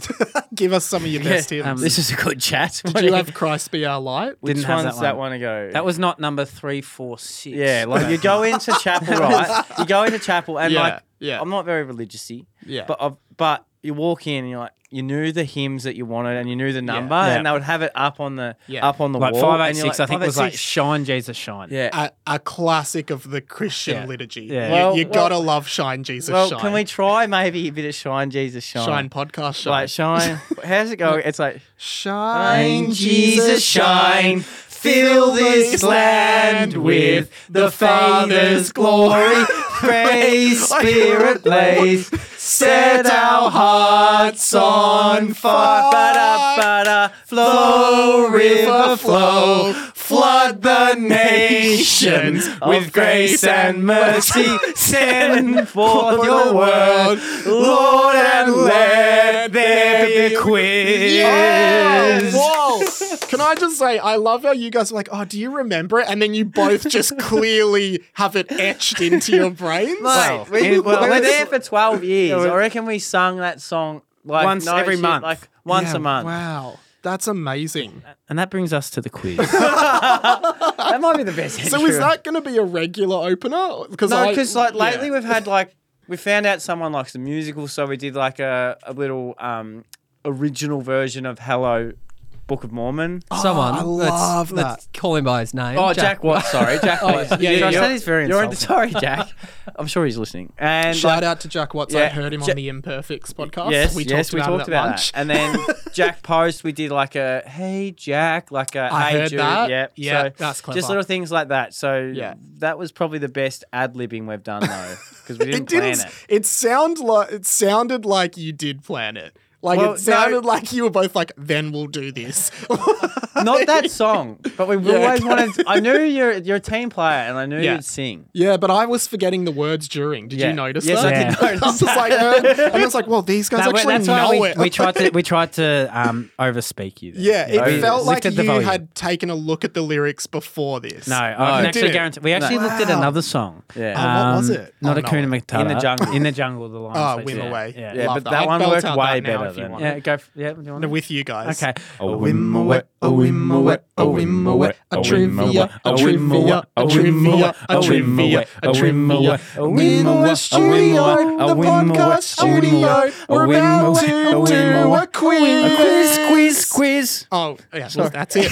F: Give us some of your best
C: Yeah, um,
F: hymns.
C: this is a good chat.
F: Did you have Christ Be Our Light?
C: which
B: Didn't have
C: one's
B: that
C: that one.
B: one.
C: ago?
B: That was not number three, four, six.
C: yeah. Like you go into chapel, right? You go into chapel and
F: Yeah,
C: like
F: yeah.
C: I'm not very religiousy.
F: Yeah.
C: But I've, but you walk in and you're like you knew the hymns that you wanted and you knew the number
B: Yeah.
C: and they would have it up on the
F: Yeah.
C: up on the
B: like
C: wall.
B: five eight
C: and you're
B: six. I think was like
C: 586.
B: Shine Jesus Shine.
C: yeah.
F: a, a classic of the Christian
B: Yeah.
F: liturgy.
B: Yeah.
F: You,
C: Well-
F: you
C: well-
F: gotta love Shine Jesus
C: well,
F: Shine.
C: can we try maybe a bit of shine, Jesus, shine?
F: Shine podcast shine.
C: like shine. How's it go? It's like
F: shine
C: fill
F: this land with the Father's glory.
C: Pray,
F: Spirit, blaze. Set our hearts on fire.
C: Ba-da, ba flow, river, flow.
F: flood the nations
C: With grace and mercy, send forth
F: For
C: your
F: the
C: word, Lord, and let there be quiz.
F: Yeah! Whoa! Can I just say, I love how you guys are like, oh, do you remember it? And then you both just clearly have it etched into your brains.
C: Mate, we,
B: well,
C: we were
B: let's-
C: there for 12 years.
B: we-
C: I reckon we sung that song like
B: Once
C: no
B: every
C: shit,
B: month.
C: Like once
F: Yeah,
C: a month.
F: Wow. That's amazing.
B: And that brings us to the quiz.
C: That might be the best.
F: So is that going to be a regular opener? Because
C: No, because like lately we've had like we found out someone likes the musical, so we did like a, a little um original version of Hello Book of Mormon.
H: Someone.
F: I
H: let's,
F: love
H: Let's call him by his name.
C: Oh, Jack, Watts. Sorry, Jack Watts.
F: Oh, yeah,
C: You're-
F: yeah.
C: you're-
A: That is very
C: You're on
A: insulting.
C: sorry, Jack. I'm sure he's listening. And like,
F: Shout out to Jack Watts. I
C: Yeah,
F: heard him
C: Ja-
F: on the Imperfects podcast.
C: yes,
F: we
C: yes,
F: talked
C: we
F: about
C: talked
F: it at
C: about
F: lunch.
C: that. And then Jack Post, we did like a hey Jack, like a
F: I
C: hey
F: heard
C: Jude.
F: that.
C: Yep.
F: Yeah,
C: so
F: that's clever.
C: Just little things like that. So
F: Yeah.
C: that was probably the best ad libbing we've done though, because we didn't
F: it
C: plan
F: didn't.
C: it.
F: It. sound like it sounded like you did plan it. Like
C: Well, no.
F: it sounded like you were both like, then we'll do this.
C: Not that song, but we
F: Yeah.
C: always wanted. I knew you're you're a team player, and I knew
F: Yeah.
C: you'd sing.
F: yeah, but I was forgetting the words during. Did
C: Yeah.
F: you notice
C: Yes,
F: that?
C: I did
F: I was just like, uh, and I was like, well, these guys
A: No, we-
F: actually
A: that's why
F: know
A: we,
F: it.
A: we tried to we tried to um, overspeak you. There.
F: yeah, it
A: We
F: felt like you
A: lifted the volume.
F: had taken a look at the lyrics before this.
A: No, I can
F: You
A: actually
F: didn't.
A: guarantee. We actually looked at
F: Wow.
A: another song.
C: Yeah.
F: Oh, what was
A: Um,
F: it?
A: Not
F: Oh,
A: a
F: no,
A: Kuna
F: it-
A: McTaylor.
C: In the jungle.
A: In the jungle. The lion.
F: Oh,
A: sleeps.
F: Whim
A: yeah.
F: Away.
A: Yeah.
C: Yeah,
F: Love
C: but
F: that.
C: that
F: I'll
C: one
F: belt
C: worked
F: out
C: way
F: that now
C: better
F: if you
C: than-
F: want.
A: Yeah, go. For, yeah, do you want
F: No, with you guys.
A: Okay.
F: A whim away, a whim away, a whim away, a trivia, a trivia, a trivia, a trivia, a trivia. A whim away studio, the podcast studio. We're about to do a quiz.
C: Quiz, quiz.
F: Oh, yeah, well, that's it.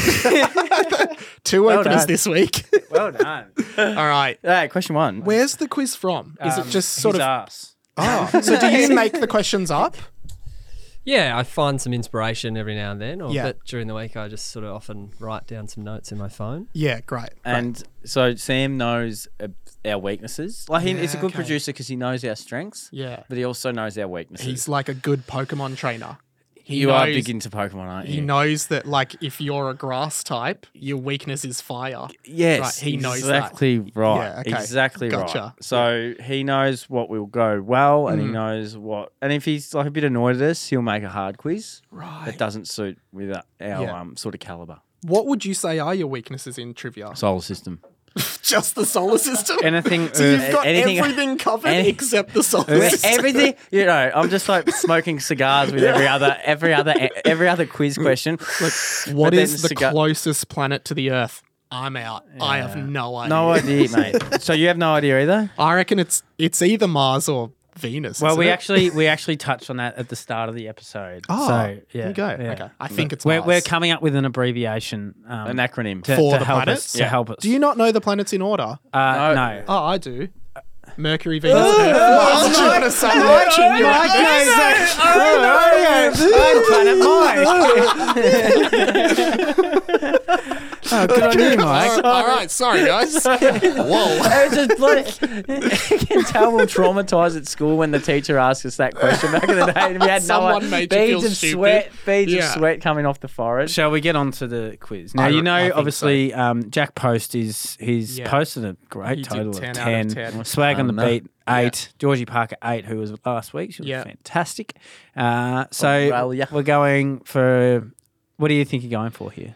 F: Two openers
C: done.
F: this week.
C: Well done.
F: All right.
C: Alright, question one.
F: Where's the quiz from? Is
H: Um,
F: it just sort
C: His
F: of?
C: ass.
F: Oh, so do you make the questions up?
H: Yeah, I find some inspiration every now and then, or
F: Yeah.
H: but during the week I just sort of often write down some notes in my phone. Uh,
F: Yeah, great.
C: And so Sam knows uh, our weaknesses. Like he, he's a
F: Yeah,
C: good
F: okay.
C: producer because he knows our strengths.
F: Yeah.
C: But he also knows our weaknesses.
F: He's like a good Pokemon trainer. He
C: you are
F: knows-
C: big into Pokemon, aren't
F: He
C: you?
F: knows that, like, if you're a grass type, your weakness is fire.
C: yes,
F: Right, he knows that.
C: exactly right.
F: Yeah, okay.
C: Exactly
F: Gotcha. Mm.
C: right. So he knows what will go well, and he knows what. And if he's like a bit annoyed at us, he'll make a hard quiz
F: Right.
C: that doesn't suit with our
F: Yeah.
C: um, sort of caliber.
F: What would you say are your weaknesses in trivia?
C: Solar system.
F: Just the solar system.
C: Anything.
F: so you've
C: earth-
F: got
C: anything,
F: everything covered
C: any-
F: except the solar
C: Yeah,
F: system.
C: everything you know i'm just like smoking cigars with every other every other every other quiz question Look,
F: what
C: but
F: is the
C: then cigar-
F: closest planet to the Earth? I'm out. I have no idea.
C: no idea mate so you have no idea either
F: I reckon it's it's either Mars or Venus.
A: Well,
F: isn't
A: we
F: it?
A: actually we actually touched on that at the start of the episode.
F: Oh,
A: so,
F: there
A: yeah,
F: you go.
A: yeah.
F: Okay, I think it's
A: We're,
F: Mars.
A: we're coming up with an abbreviation um,
C: an acronym
A: to,
F: For
A: to
F: the
A: help
F: planets?
A: us.
F: Yeah.
A: To help us.
F: Do you not know the planets in order?
A: Uh, Oh, no.
F: Oh, I do. Mercury, Venus, Earth, Mars. I to say
C: good on you
F: All right, sorry guys. Whoa.
C: It was just bloody, you can tell we're traumatized at school when the teacher asked us that question back in the day. And we had no
F: Someone
C: one,
F: made you
C: beads
F: feel
C: of
F: stupid.
C: sweat, beads
F: Yeah.
C: of sweat coming off the forehead.
A: Shall we get on to the quiz? Now,
F: I-
A: you
F: I
A: know,
F: think
A: obviously, um, Jack Post is he's
F: Yeah.
A: posted a great
F: He did
A: total
F: 10
A: of,
F: out of
A: 10.
F: 10.
A: Swag on the
C: Fun,
A: beat, eight. Georgie Parker, eight, who was last week. She was
F: Yeah.
A: fantastic. Uh, so
C: Australia.
A: we're going for what do you think you're going for here?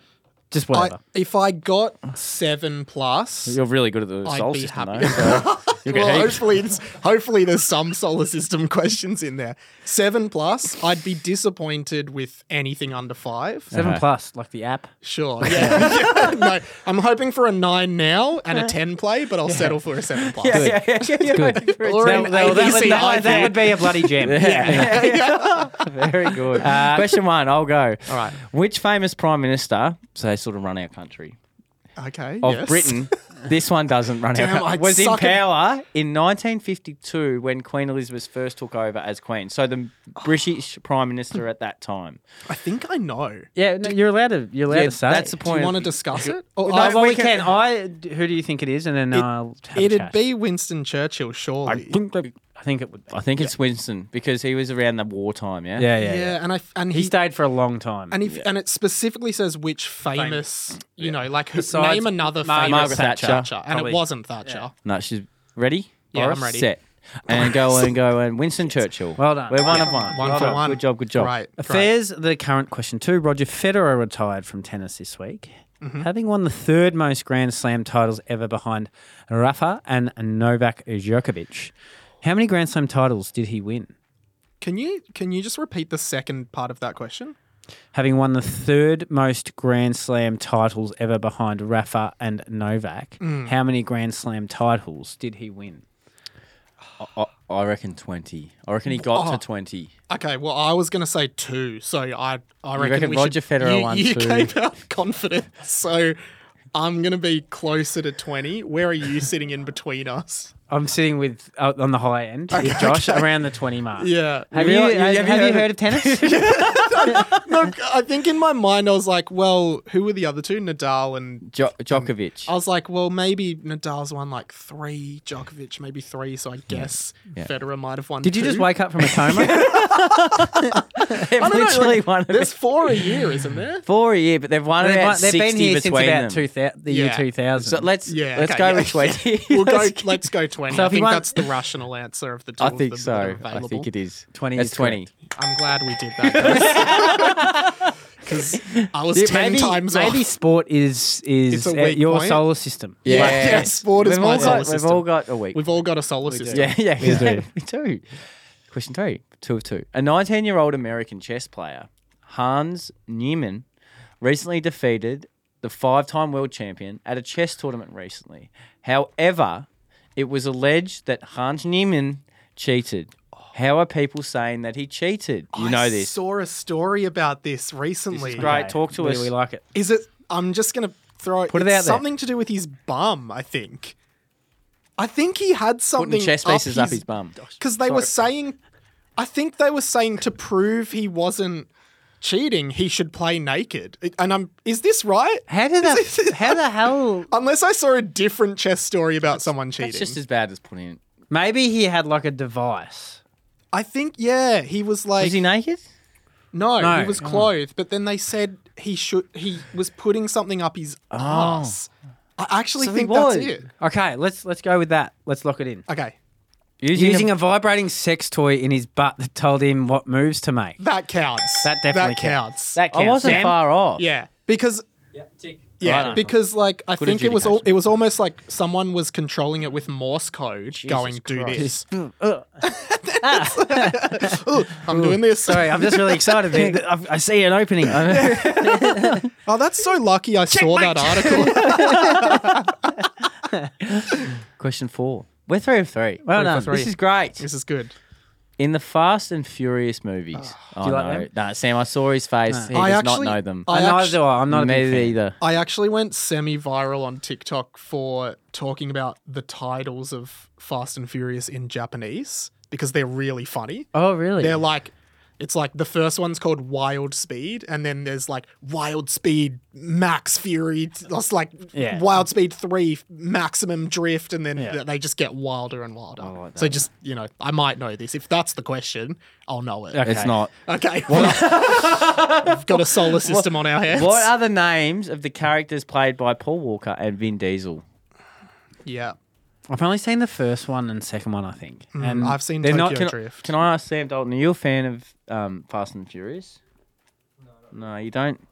A: Just
F: I,
A: whatever.
F: if I got seven plus,
C: You're really good at the
F: I'd
C: soul
F: be
C: system,
F: happy.
C: though. So you'll get
F: well,
C: heaps.
F: hopefully, it's, hopefully there's some solar system questions in there. Seven plus, I'd be disappointed with anything under five.
A: Seven
C: Okay.
A: plus, like the app.
F: Sure. Yeah. no, I'm hoping for a nine now and a ten play, but I'll settle for a seven plus.
C: yeah, yeah, yeah, yeah.
F: Or
A: Well,
F: an
A: that, would,
F: ABC
A: that would- that
F: iPhone.
A: would be a bloody gem.
C: Yeah. Very good. Question one, I'll go.
F: All right.
C: Which famous prime minister, so they sort of run our country,
F: Okay.
C: of
F: yes.
C: Britain, this one doesn't run
F: Damn,
C: our
F: I
C: country, was in
F: suck at-
C: power in 1952 when Queen Elizabeth first took over as Queen. So the British prime minister at that time.
F: I think I know.
A: Yeah, no, you're allowed to. You're allowed
C: Yeah,
A: to say.
C: that's
A: it.
C: the
F: Do
C: point.
F: you want to discuss it? Or
A: No,
F: I-
A: well, we can. I. d- Who do you think it is? And then
F: It-
A: I'll. Have a
F: It'd
A: chat.
F: be Winston Churchill,
A: I
F: surely.
A: think, that- I think it would. Be.
C: I think it's Winston because he was around the wartime, yeah?
A: Yeah, yeah,
F: Yeah,
A: yeah.
F: and I and
A: He
F: he,
A: stayed for a long time.
F: and if and it specifically says which famous, you know, like who,
A: Besides
F: name another
A: Margaret
F: famous
C: Thatcher.
F: Thatcher, and
A: Probably.
F: it wasn't Thatcher.
C: No, she's ready?
F: Yeah, I'm
C: Boris?
F: ready.
C: Set. And go and go and Winston Churchill.
A: Well done.
C: We're one of one.
F: One
C: Well
F: for
C: done.
F: one.
C: Good job, good job.
F: Right, right.
A: Affairs, the current question two. Roger Federer retired from tennis this week,
F: Mm-hmm.
A: having won the third most Grand Slam titles ever behind Rafa and Novak Djokovic. How many Grand Slam titles did he win?
F: Can you can you just repeat the second part of that question?
A: Having won the third most Grand Slam titles ever behind Rafa and Novak, how many Grand Slam titles did he win?
C: I, I reckon twenty. I reckon he got
F: Oh.
C: to twenty.
F: Okay, well, I was going to say two, so I, I reckon,
C: reckon
F: we
C: Roger
F: should,
C: Federer
F: you,
C: won
F: you
C: two.
F: came out confident, so I'm going to be closer to 20. Where are you sitting in between us?
A: I'm sitting with uh, on the high end with Josh around the twenty mark.
F: Yeah.
A: Have you, have, have you heard, of tennis?
F: no, I think in my mind, I was like, well, who were the other two? Nadal and.
C: Jo- Djokovic.
F: I was like, well, maybe Nadal's won like three, Djokovic maybe three, so I guess
C: Yeah.
F: Federer might have won.
A: Did you just
F: two.
A: wake up from a coma?
C: They've
F: don't know,
C: literally won
F: There's four a year, isn't there?
C: four a year, but they've won
A: they've,
C: about
A: they've
C: sixty
A: been here since
C: between
A: about
C: them.
A: two thou- the year
F: Yeah.
A: two thousand.
C: so let's
F: Yeah,
C: let's
F: okay,
C: go
F: yeah.
C: with twenty.
F: We'll go. Let's go twenty.
A: So
F: I
A: if you
F: think
A: want-
F: that's the rational answer of the two.
C: I
F: of
C: think
F: them that are
C: so. I
F: available.
C: think it is
A: 20
C: It's
A: is
C: twenty.
F: I'm glad we did that because I was
A: Dude,
F: ten
A: maybe,
F: times
A: maybe
F: off.
A: sport is is
F: It's a
A: uh,
F: weak
A: your
F: point.
A: solar system.
C: Yeah,
F: Like, yeah, sport is
C: we've
F: my
C: all
F: solar
C: got,
F: system.
C: We've all got a week.
F: We've all got a solar system.
C: yeah, yeah,
A: We do.
C: exactly. Two. Question three. Two of two. A 19-year-old American chess player, Hans Niemann, recently defeated the five-time world champion at a chess tournament recently. However, it was alleged that Hans Niemann cheated. How are people saying that he cheated? You know
F: I
C: this.
F: saw a story about this recently.
C: great. Right, talk to
A: we,
C: us.
A: We like it.
F: Is it? I'm just gonna throw it.
A: Put it
F: it's
A: out there.
F: Something to do with his bum, I think. I think he had something.
C: Putting chess
F: up
C: pieces up his bum.
F: because they were saying, I think they were saying to prove he wasn't cheating, he should play naked. It- And I'm, is this right?
A: How did that? how the hell?
F: Unless I saw a different chess story about someone cheating.
C: It's just as bad as putting it.
A: Maybe he had like a device.
F: I think, yeah, he was like,
C: Was he naked?
F: no,
A: No.
F: he was clothed, but then they said he should, he was putting something up his ass. I actually
C: Oh. So he
F: think
C: was.
F: that's it.
A: Okay, let's let's go with that. Let's lock it in.
F: Okay,
A: Using, a, vibrating sex toy in his butt that told him what moves to make.
F: that counts.
A: That definitely
F: that counts.
A: That
C: I wasn't
A: Sam.
C: far off.
F: yeah, because
C: Right
F: Yeah,
C: on.
F: because like I
C: Good
F: think it was al-
C: adjudication.
F: it was almost like someone was controlling it with Morse code, going do this. Ooh, I'm doing this.
A: Sorry, I'm just really excited. man. I've- I see an opening.
F: Oh, that's so lucky! I saw that article.
C: Question four. We're three of three.
A: Well
C: Three for
A: done.
C: This is great.
F: this is good.
C: In the Fast and Furious movies. Oh,
A: you like
C: no.
A: them?
C: No, Sam, I saw his face. He
F: I
C: does
F: actually,
C: not know them.
F: I,
A: no,
F: actu-
A: do I. Oh, I'm not a big
C: Neither
A: fan.
C: either.
F: I actually went semi-viral on TikTok for talking about the titles of Fast and Furious in Japanese because they're really funny.
A: Oh, really?
F: They're like, it's like the first one's called Wild Speed, and then there's like Wild Speed Max Fury. That's like
A: Yeah.
F: Wild Speed Three Maximum Drift, and then th- they just get wilder and wilder. so just you know, I might know this. If that's the question, I'll know it. Okay,
C: It's not.
F: we've got a solar system on our hands.
C: What are the names of the characters played by Paul Walker and Vin Diesel?
F: yeah,
A: I've only seen the first one and second one, I think. and
F: I've seen
A: Mm. they're
F: Tokyo
A: not
C: Can,
F: Drift.
C: can I ask Sam Dalton, are you a fan of um, Fast and Furious? No, you don't.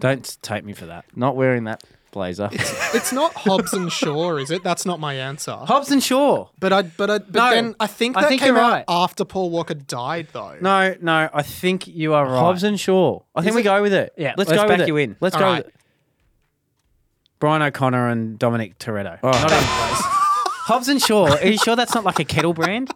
A: Don't take me for that.
C: Not wearing that blazer.
F: it's not Hobbs and Shaw, is it? That's not my answer.
A: Hobbs and Shaw.
F: But I, but I, but
A: No,
F: then I think
A: I
F: that
A: think
F: came
A: you're
F: out
A: right.
F: after Paul Walker died, though.
A: No, no, I think you are right.
C: Hobbs and Shaw. I think we go with it.
A: Yeah,
C: let's,
A: let's
C: go
A: back
C: with
A: you
C: it.
A: in.
C: Let's
F: All
C: go.
F: right.
C: With it.
A: Brian O'Connor and Dominic Toretto.
C: All right.
A: Hobbs and Shaw. Are you sure that's not like a kettle brand?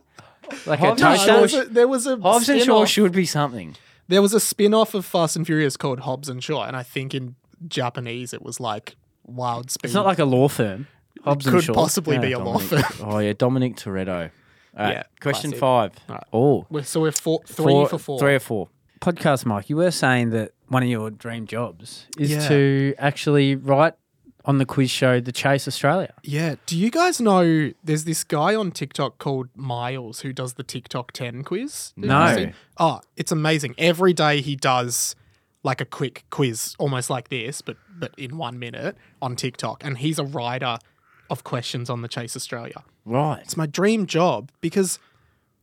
A: Like
C: Hobbs
A: a
C: and
F: No, there was
A: toaster?
F: a, there was a
C: Hobbs and Shaw
F: spin-off-
C: should be something.
F: There was a spin-off of Fast and Furious called Hobbs and Shaw, and I think in Japanese it was like Wild Speed.
A: It's not like a law firm. Hobbs and
F: could
A: Shaw.
F: possibly be a law
C: Dominic-
F: firm.
C: oh yeah, Dominic Toretto. All right,
F: Yeah,
C: question
F: classic.
C: five. Oh,
F: We're- so we're four, three for four.
C: Three or four.
A: Podcast, Mike. You were saying that one of your dream jobs is
F: Yeah.
A: to actually write on the quiz show, The Chase Australia.
F: Yeah. Do you guys know there's this guy on TikTok called Miles who does the TikTok 10 quiz? Did you
A: No.
F: see? Oh, it's amazing. Every day he does like a quick quiz, almost like this, but but in one minute on TikTok. And he's a writer of questions on the Chase Australia.
C: Right.
F: It's my dream job because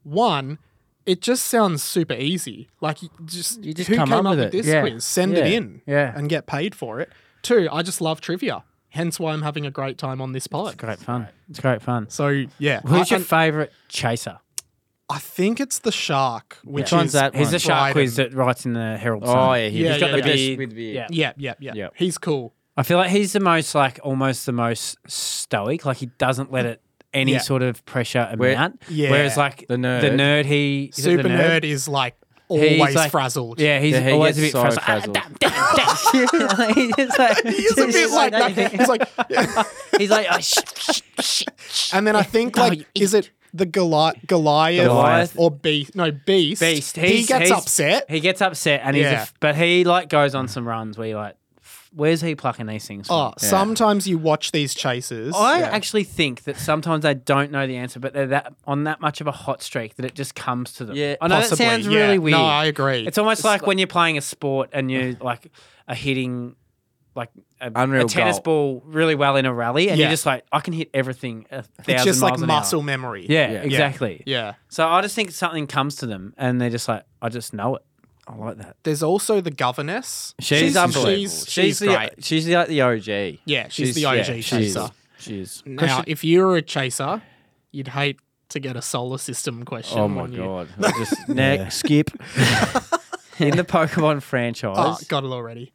F: one, it just sounds super easy. Like you just,
C: You just
F: who
C: come
F: came
C: up with it.
F: this
C: Yeah.
F: quiz? Send it
C: Yeah.
F: in
A: Yeah.
F: and get paid for it. Two, I just love trivia. Hence why I'm having a great time on this pod.
A: Great fun. It's great fun.
F: So yeah,
A: Who's
F: I,
A: your
F: and
A: favourite chaser?
F: I think it's the shark, which
C: Which one's
F: is
C: that
A: He's
C: one?
A: the shark
F: Bryden.
A: quiz that writes in the Herald Sun.
C: Oh yeah, he-
F: Yeah,
C: he's got
F: yeah,
C: the
F: yeah.
C: beard. With beard.
A: Yeah.
F: Yeah, yeah, yeah,
C: Yeah.
F: He's cool.
A: I feel like he's the most like almost the most stoic. Like he doesn't let it
B: any
F: Yeah.
B: sort of pressure
C: Where-
B: amount.
F: Yeah.
B: Whereas like
A: The nerd.
B: the nerd, he is it
F: Super
B: the
F: nerd? is like
B: He's
F: always
B: like-
F: frazzled.
B: Yeah, he's
C: Yeah, he
B: always a bit
C: gets so
B: frazzled. Ah,
C: frazzled.
B: it's like,
F: He's a bit like that. He's like,
B: He's like, oh, shh, shh, shh.
F: and then I think like, is it the Goli- Goliath,
C: Goliath.
F: or Beast? No, Beast.
B: Beast.
F: he
B: He's-
F: gets
B: he's-
F: upset.
B: He gets upset and he's, a
F: Yeah.
B: f but he like goes on some runs where you're like, "F- where's he plucking these things from?
F: Oh, sometimes you watch these chases.
B: I actually think that sometimes they don't know the answer, but they're that on that much of a hot streak that it just comes to them.
C: Yeah,
B: I know
F: Possibly,
B: that sounds
F: yeah.
B: really weird.
F: No, I agree.
B: It's almost like, when you're playing a sport and you like are hitting like a,
C: Unreal
B: a tennis ball really well in a rally, and
F: Yeah.
B: you're just like, I can hit everything a thousand
F: it's just like
B: miles an hour."
F: muscle memory.
B: Yeah, exactly.
F: Yeah.
B: So I just think something comes to them, and they're just like, I just know it. I like that.
F: There's also the governess.
C: She's unbelievable.
F: She's, she's,
C: She's the
F: great.
C: she's the, the OG.
F: Yeah, she's the OG
C: she is.
F: chaser.
C: She is.
F: Now, if you were a chaser, you'd hate to get a solar system question.
C: Oh my
F: on you.
C: god! I Just neck skip.
B: In the Pokemon franchise,
F: Oh, got it already.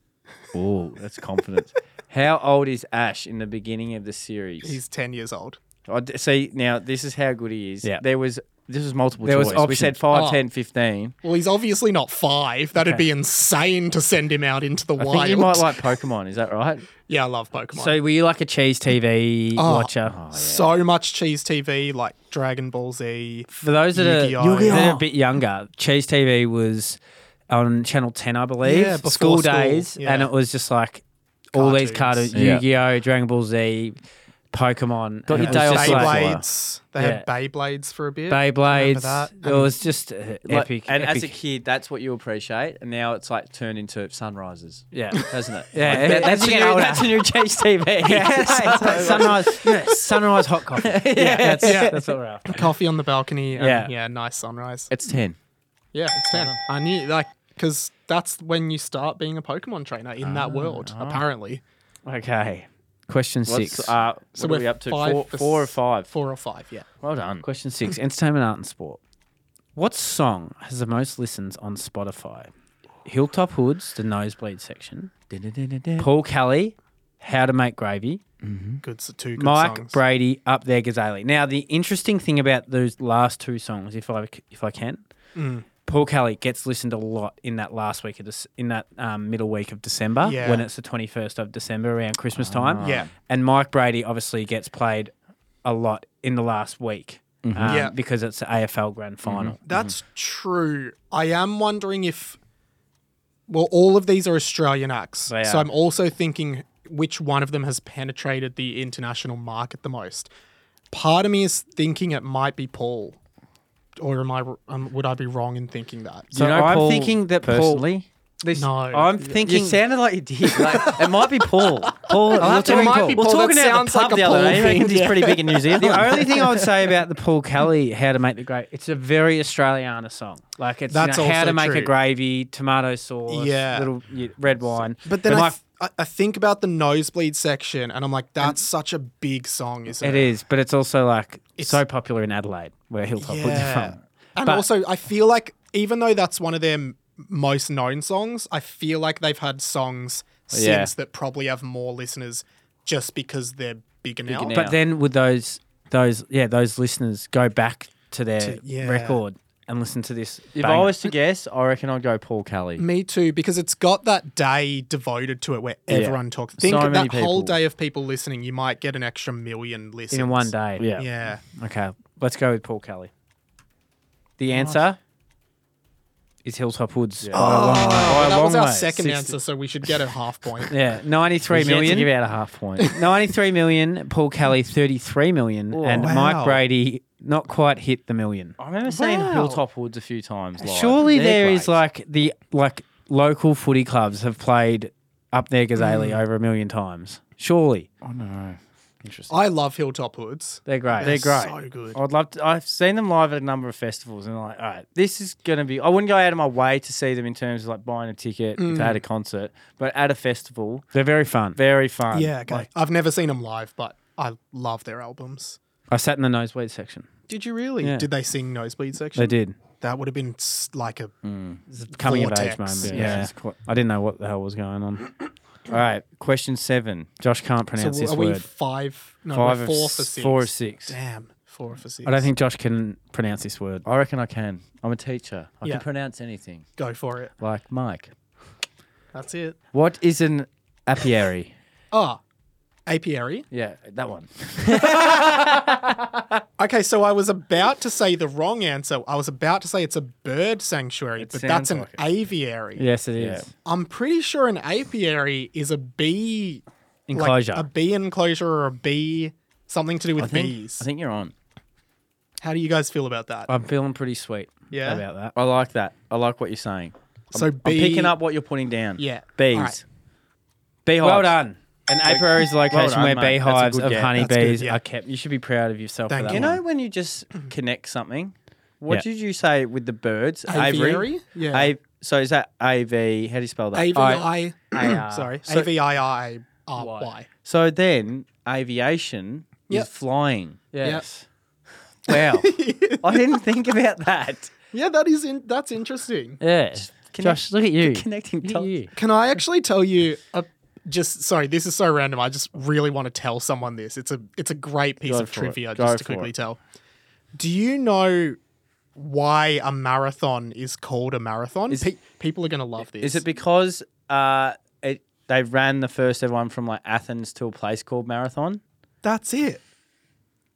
C: Oh, that's confidence. How old is Ash in the beginning of the series?
F: He's 10 years old.
C: I d- see now. This is how good he is.
B: Yeah.
C: There was this was multiple
B: There was
C: choice. we
B: options.
C: said 5,
F: Oh.
C: 10, 15.
F: Well, he's obviously not five. That'd be insane to send him out into the
C: I
F: wild.
C: think you might like Pokemon. Is that right?
F: yeah, I love Pokemon.
B: so were you like a cheese TV
F: Oh.
B: watcher?
F: So much cheese TV, like Dragon Ball Z.
B: For those that are,
F: Yu-Gi-Oh.
B: that are a bit younger, Cheese TV was on Channel 10, I believe,
F: Yeah, before
B: school,
F: school,
B: days,
F: yeah.
B: and it was just like all these
F: Cartoons.
B: cartoons,
C: Yeah.
B: Yu-Gi-Oh, Dragon Ball Z, Pokemon.
C: Got
B: and
C: your
B: it was
C: day
B: just
C: off
B: like
F: uh, Beyblades. They had Beyblades for a bit. Remember
B: Beyblades.
F: that?
B: It was just uh,
C: Like,
B: epic.
C: and as a
B: epic.
C: kid, that's what you appreciate. And now it's like turned into sunrises.
B: yeah.
C: Hasn't it?
B: Yeah,
C: Like, that-
B: as
C: that's,
B: you
C: a new,
B: get older.
C: that's a new Chase TV.
B: Sun- sunrise, yeah, sunrise hot coffee. Yeah, that's, that's what we're after.
F: Coffee on the balcony. And, yeah.
B: Yeah.
F: nice sunrise.
C: It's 10.
F: Yeah, it's 10. I knew, like, because that's when you start being a Pokemon trainer in
C: Ah,
F: that world, apparently.
B: Okay. Question
C: What's,
B: six.
C: uh,
F: So
C: what are
F: we're
C: we up to?
F: five
C: Four,
F: for
C: four or
F: s-
C: five?
F: Four or five, yeah.
C: Well done.
B: Question six: Entertainment, art, and sport. What song has the most listens on Spotify? Hilltop Hoods, the Nosebleed section. Paul Kelly, How to Make Gravy.
F: Good, s- two good
B: Mike
F: songs.
B: Brady, Up There Gazali. Now, the interesting thing about those last two songs, if I c- if I can, Paul Kelly gets listened a lot in that last week of this, in that um, middle week of December
F: Yeah. Ah.
B: when it's the twenty first of December around Christmas time.
F: Yeah.
B: and Mike Brady obviously gets played a lot in the last week.
C: Mm-hmm.
B: um,
F: Yeah.
B: because it's the AFL Grand Final.
F: That's true. I am wondering if, well, all of these are Australian acts.
B: They
F: So
B: are.
F: I'm also thinking which one of them has penetrated the international market the most. Part of me is thinking it might be Paul, or am I? Um, would I be wrong in thinking that?
B: So I'm thinking that Paul.
C: personally.
B: This,
F: No.
B: I'm thinking.
C: You sounded like you did. Like, it might be Paul. Paul, I'll have
F: It
C: to ring
F: might
C: Paul.
F: be
C: We We're
F: Paul.
C: talking
F: That
C: about the
F: sounds like
C: pub
F: a
C: the
F: Paul
C: other day. He
F: thing,
C: reckons he's
F: yeah.
C: pretty big in New Zealand.
B: the only thing I would say about the Paul Kelly "How to Make the Great," it's a very Australiana song. Like it's you
F: That's
B: know, how
F: also
B: to make
F: true.
B: a gravy, tomato sauce,
F: Yeah.
B: little y- red wine.
F: But then I,
B: my-
F: th- I, I think about the nosebleed section, and I'm like, that's such a big song, isn't
B: it
F: it?
B: is, but it's also like
F: It's-
B: so popular in Adelaide, where Hilltop Hoods are
F: Yeah.
B: from.
F: And
B: But-
F: also, I feel like even though that's one of their m- most known songs, I feel like they've had songs since
C: Yeah.
F: that probably have more listeners just because they're bigger now.
C: now.
B: But then would those those yeah those listeners go back to their
F: To- yeah.
B: record and listen to this?
C: If
B: banger?
C: I was to guess, I reckon I'd go Paul Kelly.
F: Me too, because it's got that day devoted to it where everyone talks. Think
C: So
F: of that
C: many people.
F: whole day of people listening, you might get an extra million listens.
B: in one day,
F: Yeah.
B: Okay, let's go with Paul Kelly. The answer is Hilltop Woods. Yeah.
F: Oh. Well, that was
B: long
F: our
B: way.
F: second answer, so we should get a half point.
B: yeah, 93
C: You have to give
B: million.
C: out a half point.
B: 93 million, Paul Kelly 33 million, and
F: Wow.
B: Mike Brady not quite hit the million.
C: I remember seeing
F: Wow.
C: Hilltop Woods a few times. Live.
B: Surely there is
C: great.
B: like the like local footy clubs have played up there Gazali over a million times. Surely
F: I love Hilltop Hoods.
B: they're great.
F: They're
B: They're great.
F: so good.
C: I'd love to. I've seen them live at a number of festivals, and I'm like, all right, this is gonna be. I wouldn't go out of my way to see them in terms of like buying a ticket if they had a concert, but at a festival,
B: They're very fun.
C: very fun.
F: Yeah, okay. I've never seen them live, but I love their albums.
B: I sat in the nosebleed section.
F: Did you really? Did they sing Nosebleed section?
B: They did.
F: That would have been s- like a
B: It's a coming of age
F: Vortex.
B: moment.
F: Yeah.
B: Yeah. I didn't know what the hell was going on. All right. Question seven. Josh can't
F: So
B: pronounce
F: w-
B: this
F: are we
B: word.
F: five? No,
B: Five
F: we're
B: of
F: four
B: s-
F: for six.
B: Four of six.
F: Damn, four for six.
B: I don't think Josh can pronounce this word.
C: I reckon I can. I'm a teacher. I
F: Yeah.
C: can pronounce anything.
F: go for it.
C: Like Mike.
F: That's it.
C: What is an apiary?
F: Ah, apiary.
C: yeah, that one.
F: Okay, so I was about to say the wrong answer. I was about to say it's a bird sanctuary, but that's
C: sounds
F: an
C: like it.
F: aviary.
B: Yes, it is.
F: I'm pretty sure an apiary is a bee like,
B: Enclosure.
F: a bee enclosure or a bee something to do with
C: I think,
F: bees.
C: I think you're on.
F: How do you guys feel about that?
B: I'm feeling pretty sweet
F: Yeah?
B: about that.
C: I like that. I like what you're saying.
F: so
C: I'm picking up what you're putting down.
F: Yeah.
C: Bees.
F: Alright.
C: Beehives.
B: Well done. An apiary is a location
C: done,
B: where
C: mate. That's a
B: beehives
C: good
B: of
C: get.
B: honeybees
F: That's good, yeah.
B: are kept. You should be proud of yourself
F: Thank
B: for that
F: you.
C: You
B: one.
C: know when you just connect something? What did you say with the birds? Aviary?
F: Aviary? Yeah.
C: A- so is that A V? How do you spell that?
F: A V I
B: I-
F: sorry
C: uh, So-
F: A V I I R Y.
C: so then aviation
F: Yep.
C: is flying.
B: Yes.
C: Wow. I didn't think about that.
F: Yeah, that is in, that's interesting.
B: Yeah. Josh, look at you.
C: Connecting
B: Look at
C: dots.
B: you.
F: Can I actually tell you a just sorry, this is so random. I just really want to tell someone this. It's a it's a great piece
C: Go
F: of
C: for it.
F: trivia
C: Go
F: just to
C: for
F: quickly
C: it.
F: tell. Do you know why a marathon is called a marathon? Pe- people are going to love this.
C: Is it because uh, it, they ran the first ever one from like Athens to a place called Marathon?
F: That's it.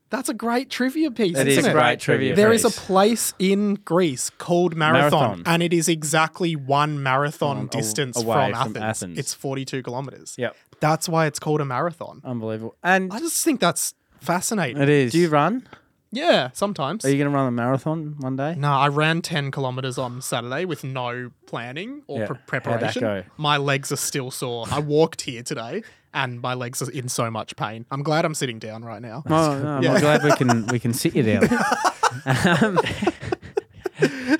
F: That's a great trivia piece.
C: It
F: isn't
C: is
F: it?
C: a great trivia.
F: There is a
C: piece.
F: place in Greece called Marathon,
C: Marathon.
F: and it is exactly one marathon distance
C: away
F: from, Athens.
C: from Athens.
F: It's 42 kilometers.
C: Yep.
F: That's why it's called a marathon.
C: unbelievable. And
F: I just think that's fascinating.
B: It is.
C: do you run?
F: Yeah, sometimes.
C: Are you going to run a marathon one day?
F: no, I ran 10 kilometers on Saturday with no planning or
C: Yeah.
F: pre-
C: How'd that
F: preparation.
C: go?
F: My legs are still sore. I walked here today and my legs are in so much pain. I'm glad I'm sitting down right now.
B: Oh, no,
F: Yeah.
B: I'm glad we can we can sit you down.
F: Do we-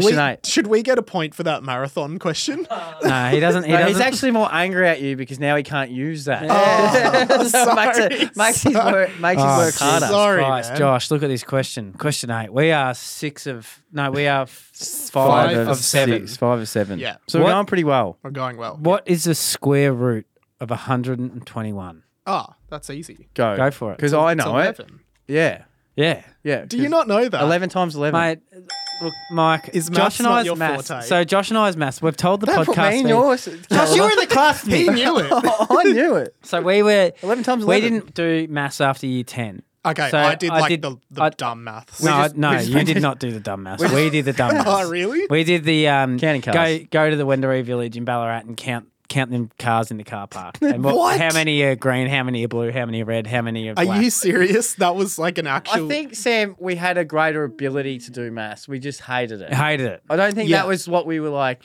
C: Question eight.
F: Should we get a point for that marathon question?
B: No, he doesn't. He
C: No,
B: doesn't.
C: he's actually more angry at you because now he can't use that. So makes it-
F: sorry,
C: makes his work, makes
B: Oh,
C: his work harder.
B: Jesus
F: Sorry,
B: Christ,
F: man.
B: Josh, look at this question. Question eight. We are six of no, we are f- five,
F: Five
B: of,
F: of
B: seven.
C: Six, five of seven.
F: Yeah.
C: So
B: What-
C: we're going pretty well.
F: We're going well.
B: What is the square root of 121?
F: Ah, that's easy.
C: Go.
B: Go for it.
C: Because I
F: It's
C: know it.
F: 11.
C: Yeah.
B: Yeah.
C: Yeah.
F: Do you not know that?
C: 11 times 11.
B: Mate, look, Mike,
F: Is maths
B: Josh and
F: not
B: I's
F: your
B: maths.
F: forte?
B: So Josh and I's maths. We've told the
C: Don't put
B: podcast.
C: me in
B: we-
C: yours.
B: Josh, you were in the class.
F: He knew it.
C: I knew it.
B: So we were
C: 11 times
B: We
C: 11.
B: didn't do maths after year 10.
F: Okay,
B: So
F: I did
B: I
F: like
B: did-
F: the, the
B: I-
F: dumb maths.
B: No, I-
C: just-
B: no,
C: we just
B: you
C: went
B: did
C: to-
B: not do the dumb maths. We did the dumb maths.
F: Oh, really?
B: We did the um,
C: Counting
B: Go
C: cars.
B: go to the Wendouree village in Ballarat and count count them cars in the car park. And what,
F: What?
B: How many are green? How many are blue? How many are red? How many are
F: Are
B: black?
F: you serious? That was like an actual.
C: I think, Sam, we had a greater ability to do maths. We just hated it.
B: I hated it.
C: I don't think
F: Yeah.
C: that was what we were like.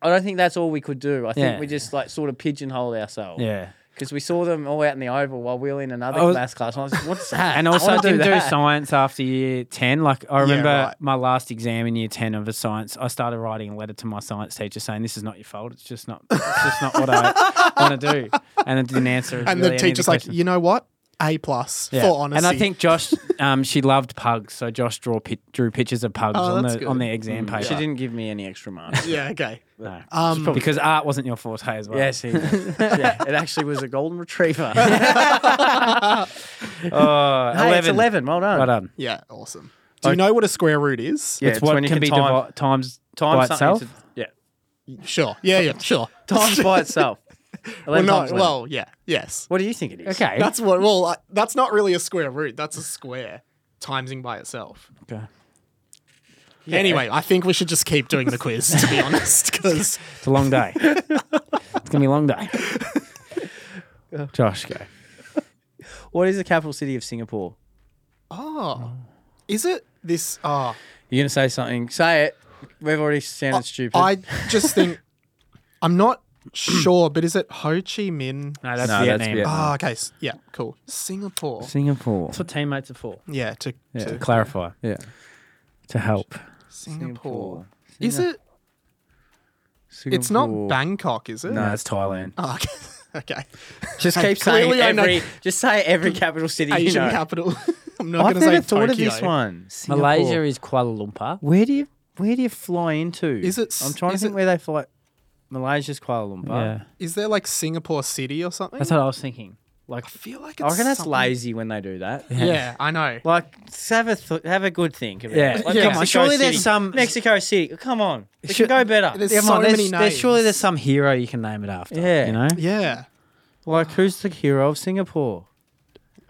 C: I don't think that's all we could do. I think
B: Yeah.
C: we just like sort of pigeonholed ourselves.
B: Yeah.
C: Because we saw them all out in the oval while we were in another
B: I was-
C: maths class. And I was like, what's that?
B: And also,
C: wanna
B: I didn't do,
C: that.
B: science after year 10. Like, I remember
F: right.
B: my last exam in year 10 of a science, I started writing a letter to my science teacher saying, This is not your fault. It's just not It's just not what I want to do. And I didn't answer. really
F: and
B: any
F: the
B: of
F: teacher's like,
B: questions.
F: you know what? A plus
B: Yeah.
F: for honesty.
B: And I think Josh, um, she loved pugs, so Josh draw pi- drew pictures of pugs
F: Oh,
B: on
F: that's
B: the on
F: good.
B: the exam paper.
C: She didn't give me any extra marks.
F: Yeah. Okay.
B: No.
F: Um,
B: because art wasn't your forte as well.
C: yes, he did. yeah, it actually was a golden retriever. hey,
B: Oh,
C: It's 11. Well done.
B: Well done.
F: yeah. Awesome. Do you know what a square root is?
C: Yeah,
B: it's what
C: when you
B: can be
C: time,
B: divi- times
C: time
B: by
C: something
B: itself.
C: to- yeah,
F: Sure. Yeah. Yeah. Sure.
C: times by itself. 11
F: Well, no.
C: times 11.
F: Well, yeah. Yes.
C: what do you think it is?
B: okay.
F: That's what. Well, I- that's not really a square root. That's a square timesing by itself.
B: Okay.
F: Anyway, I think we should just keep doing the quiz, to be honest, because
B: It's a long day. it's gonna be a long day. Josh, go.
C: What is the capital city of Singapore?
F: oh, is it this? Oh,
C: You're going to say something. Say it. We've already sounded stupid.
F: I just think I'm not sure, but is it Ho Chi Minh?
B: No, that's
C: No, that's
B: Vietnam.
C: Vietnam.
F: Oh, okay, s- yeah, cool. Singapore,
C: Singapore.
B: That's what teammates are for.
F: yeah, to,
B: To
F: to
B: clarify,
C: Yeah.
B: to help.
F: Singapore. Is it? It's not Bangkok, is it?
B: No, it's Thailand.
F: Oh, okay. okay.
C: Just
F: Hey,
C: keep saying
F: clearly I know-
C: every. Just say every capital city. you
F: Asian
C: know.
F: capital. I'm not
C: I've
F: going to say
C: never thought
F: Tokyo.
C: of this one. Singapore.
B: Malaysia is Kuala Lumpur.
C: Where do you where do you fly into?
F: Is it s-
C: I'm trying to
F: is
C: think
F: it-
C: where they fly. Malaysia's Kuala Lumpur.
A: yeah.
F: Is there like Singapore City or something?
A: That's what I was thinking. Like
F: I feel like it's
C: I reckon that's
F: something-
C: lazy when they do that.
F: Yeah, I know.
C: Like, just have a th- have a good think. About
A: Yeah.
C: it. Like,
F: Yeah.
C: Come on, surely
A: Mexico
C: there's
A: City.
C: some Mexico City. Come on, it should go better.
F: There's
A: Yeah,
F: so
A: there's,
F: many
A: there's
F: names.
A: surely there's some hero you can name it after.
C: Yeah.
A: you know,
F: yeah,
C: Like, who's the hero of Singapore?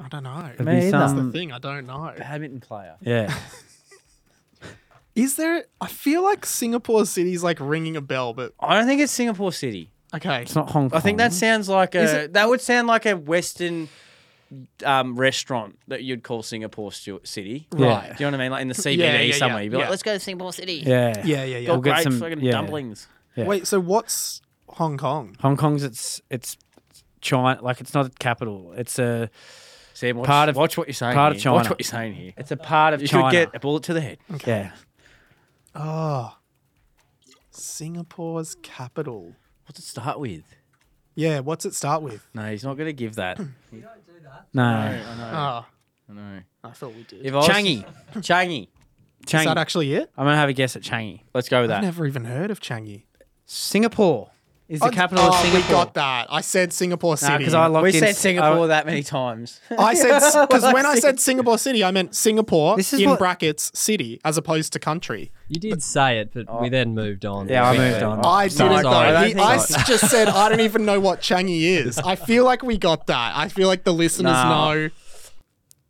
F: I don't know.
A: It'd
C: Me
A: be
C: either.
F: That's
B: um,
F: the
A: some-
F: thing. I don't know.
C: Badminton player.
A: yeah,
F: Is there? I feel like Singapore City's like ringing a bell, but
C: I don't think it's Singapore City.
F: okay.
A: it's not Hong Kong.
C: I think that sounds like a that would sound like a Western um, restaurant that you'd call Singapore Stu- City.
A: Right.
C: Do you know what I mean? Like in the CBD
F: Yeah, yeah,
C: somewhere.
F: yeah,
C: You'd be
F: yeah.
C: like, let's go to Singapore City.
A: Yeah,
F: Yeah, yeah, yeah.
C: Got
A: We'll get
C: great
A: some-
C: fucking
A: yeah.
C: dumplings.
A: yeah.
F: Wait, so what's Hong Kong?
A: Hong Kong's it's it's China. Like it's not a capital. It's a
C: Sam, watch,
A: Part of-
C: watch what you're saying.
A: part
C: here.
A: of
C: Watch
A: China.
C: what you're saying here.
A: it's a part of
C: You
A: China.
C: could get a bullet to the head.
A: yeah,
F: Oh, Singapore's capital.
C: What's it start with?
F: Yeah, what's it start with?
C: No, he's not going to give that.
A: no,
F: Ah,
C: no.
F: I thought we did.
C: If I was- Changi. Changi.
F: Is that actually it?
A: I'm gonna have a guess at Changi.
C: Let's go with
F: I've
C: that.
F: never even heard of Changi.
A: Singapore is the
F: Oh,
A: capital of
F: oh,
A: Singapore.
F: We got that. I said Singapore City.
A: because I locked
C: we
A: in
C: said
A: s-
C: Singapore
A: I-
C: that many times.
F: I said because when I said Singapore City, I meant Singapore
A: This is
F: in
A: what-
F: brackets city as opposed to country.
B: You did say it, but we then moved on.
A: yeah, I
B: quickly.
A: moved on.
F: I didn't
B: Oh, sorry.
F: though.
B: I
F: I,
B: don't
F: he,
B: think
F: I
B: so.
F: s- just said I don't even know what Changi is. I feel like we got that. I feel like the listeners
C: Nah.
F: know.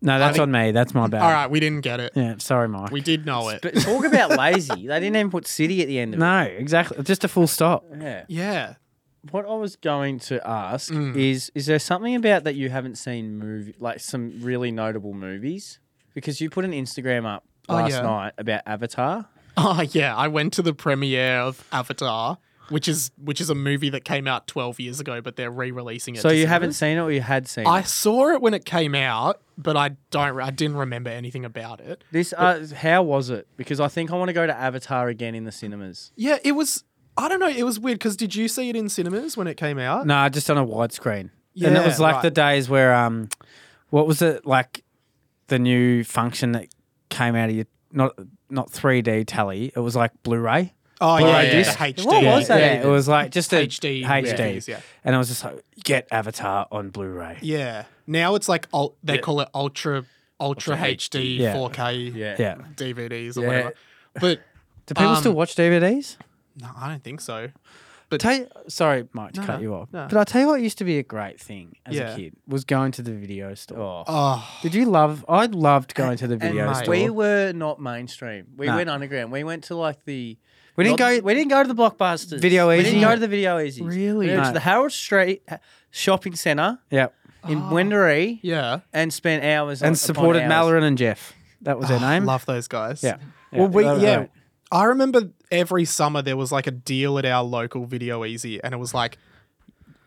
A: no, that's
F: think-
A: on me. That's my bad.
F: All right, we didn't get it.
A: Yeah, sorry, Mike.
F: We did know it.
C: but talk about lazy. They didn't even put city at the end of
A: no, exactly. Just a full stop.
C: it. Yeah.
F: Yeah.
C: What I was going to ask
A: Mm.
C: is is there something about that you haven't seen movie like some really notable movies? Because you put an Instagram up
F: Oh,
C: last
F: yeah.
C: night about Avatar.
F: Oh yeah, I went to the premiere of Avatar, which is which is a movie that came out 12 years ago, but they're re-releasing it.
C: so
F: to
C: you
F: cinemas.
C: haven't seen it or you had seen
F: I
C: it?
F: saw it when it came out, but I don't. I didn't remember anything about it.
C: This uh, how was it? Because I think I want to go to Avatar again in the cinemas.
F: Yeah, it was. I don't know. It was weird because did you see it in cinemas when it came out?
A: No, just on a widescreen. and it was
F: Yeah,
A: like the
F: right.
A: days where um, what was it like? The new function that came out of your not not 3D telly. It was like Blu-ray.
F: Oh yeah,
A: Blu-ray
F: yeah,
A: disc.
F: the HD.
C: What was
F: yeah.
C: that
A: Yeah,
C: even?
A: it was like just a
F: HD
A: HD.
F: yeah.
A: And it was just like get Avatar on Blu-ray.
F: Yeah. Now it's like ul- they call it ultra ultra, HD,
A: Yeah.
F: 4K
C: Yeah.
A: Yeah.
F: DVDs or
C: Yeah.
F: whatever. But
A: Do people
F: Um,
A: still watch DVDs?
F: no, I don't think so.
A: Tell you, sorry, Mike, to
F: No,
A: cut
F: no,
A: you off.
F: no.
A: But I'll tell you what used to be a great thing as
F: Yeah.
A: a kid was going to the video store.
F: Oh,
A: Did you love? I loved going to the
C: And
A: video
F: mate,
A: store.
C: we were not mainstream. We
A: Nah.
C: went underground. We went to like the
A: We didn't
C: not-
A: go-
C: We didn't go to the blockbusters.
A: Video
C: We
A: Easy?
C: didn't go to the video easy.
A: Really?
C: We went
A: No.
C: to the Harold Street uh, Shopping Centre
A: yeah,
C: in Wendouree
F: yeah.
C: and spent hours on- upon
A: and supported
C: hours.
A: Malloran and Jeff. That was their name.
F: Love those guys.
A: Yeah.
F: Uh, Well, we,
A: that was
F: yeah.
A: great.
F: I remember every summer there was like a deal at our local Video Easy, and it was like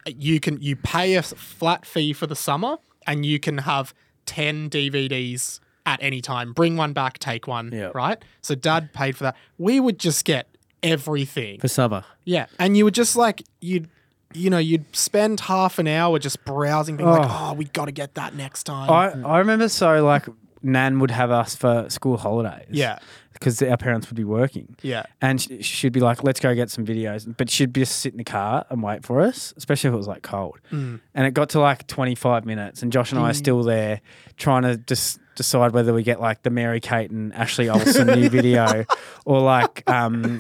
F: you can you pay a s- flat fee for the summer, and you can have ten DVDs at any time. Bring one back, take one.
C: Yeah.
F: Right. So Dad paid for that. We would just get everything.
A: for summer.
F: Yeah, and you were just like you'd, you know, you'd spend half an hour just browsing, being like, "Oh, we got to get that next time."
A: I, I remember so like Nan would have us for school holidays.
F: Yeah.
A: Because our parents would be working.
F: Yeah.
A: And sh- she'd be like, let's go get some videos. But she'd just sit in the car and wait for us, especially if it was like cold.
F: Mm.
A: And it got to like 25 minutes, and Josh and
C: Mm.
A: I are still there trying to just decide whether we get like the Mary Kate and Ashley Olsen new video or like um,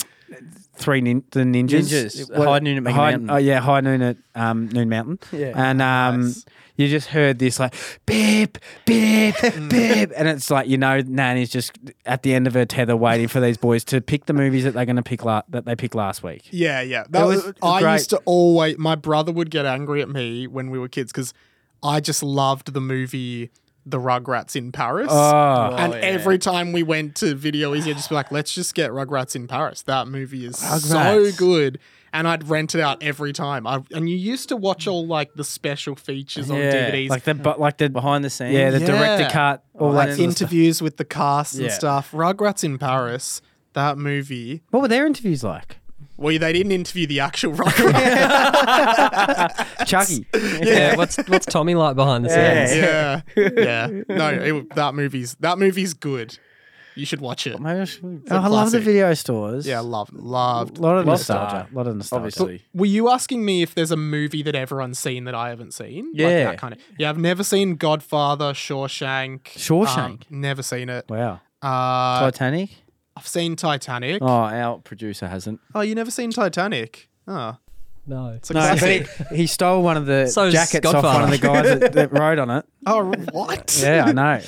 A: Three nin- the Ninjas.
C: Ninjas.
A: What-
C: High Noon at Mega
A: High-
C: Mountain.
A: Oh, yeah. High Noon at um, Noon Mountain. Yeah. And um, you just heard this like beep, beep, beep. And it's like, you know, Nanny's just at the end of her tether waiting for these boys to pick the movies that they're going to pick la- that they picked last week.
F: yeah, yeah. That
A: It
F: was,
A: was
F: I
A: great.
F: used to always. My brother would get angry at me when we were kids because I just loved the movie The Rugrats in Paris.
A: Oh,
F: and every time we went to Video Easy, I'd just be like, let's just get Rugrats in Paris. That movie is so
A: Rugrats.
F: good. And I'd rent it out every time. I, and you used to watch all like the special features on
C: Yeah,
F: DVDs.
A: like the, but like the,
C: behind the scenes.
A: yeah, the
F: Yeah. Oh,
A: director cut, all that
F: like
A: sort of stuff.
F: interviews with the cast and
C: Yeah.
F: stuff. Rugrats in Paris, that movie.
A: What were their interviews like?
F: Well, they didn't interview the actual Rugrats.
A: Chucky.
B: Yeah, what's what's Tommy like behind the scenes?
F: yeah, yeah. No, it, that movie's that movie's good. You should watch it.
C: Maybe I should-
F: a
A: Oh, I love the
F: classic.
A: video stores.
F: Yeah, loved, loved.
A: a lot of
C: Love
A: nostalgia.
C: that.
A: A lot of nostalgia.
C: obviously.
F: Were you asking me if there's a movie that everyone's seen that I haven't seen? Like
C: Yeah.
F: that kind of. Yeah, I've never seen Godfather, Shawshank.
A: Shawshank?
F: um, never seen it.
A: Wow.
F: Uh,
C: Titanic.
F: I've seen Titanic.
C: Oh,
F: Oh.
C: our producer hasn't.
F: you never seen Titanic? Oh,
H: No.
F: it's a
A: No, but
F: classic.
A: he, he stole one of the
H: So is
A: jackets off one of the guys that, that rode on it.
F: Oh, what?
A: Yeah, I know.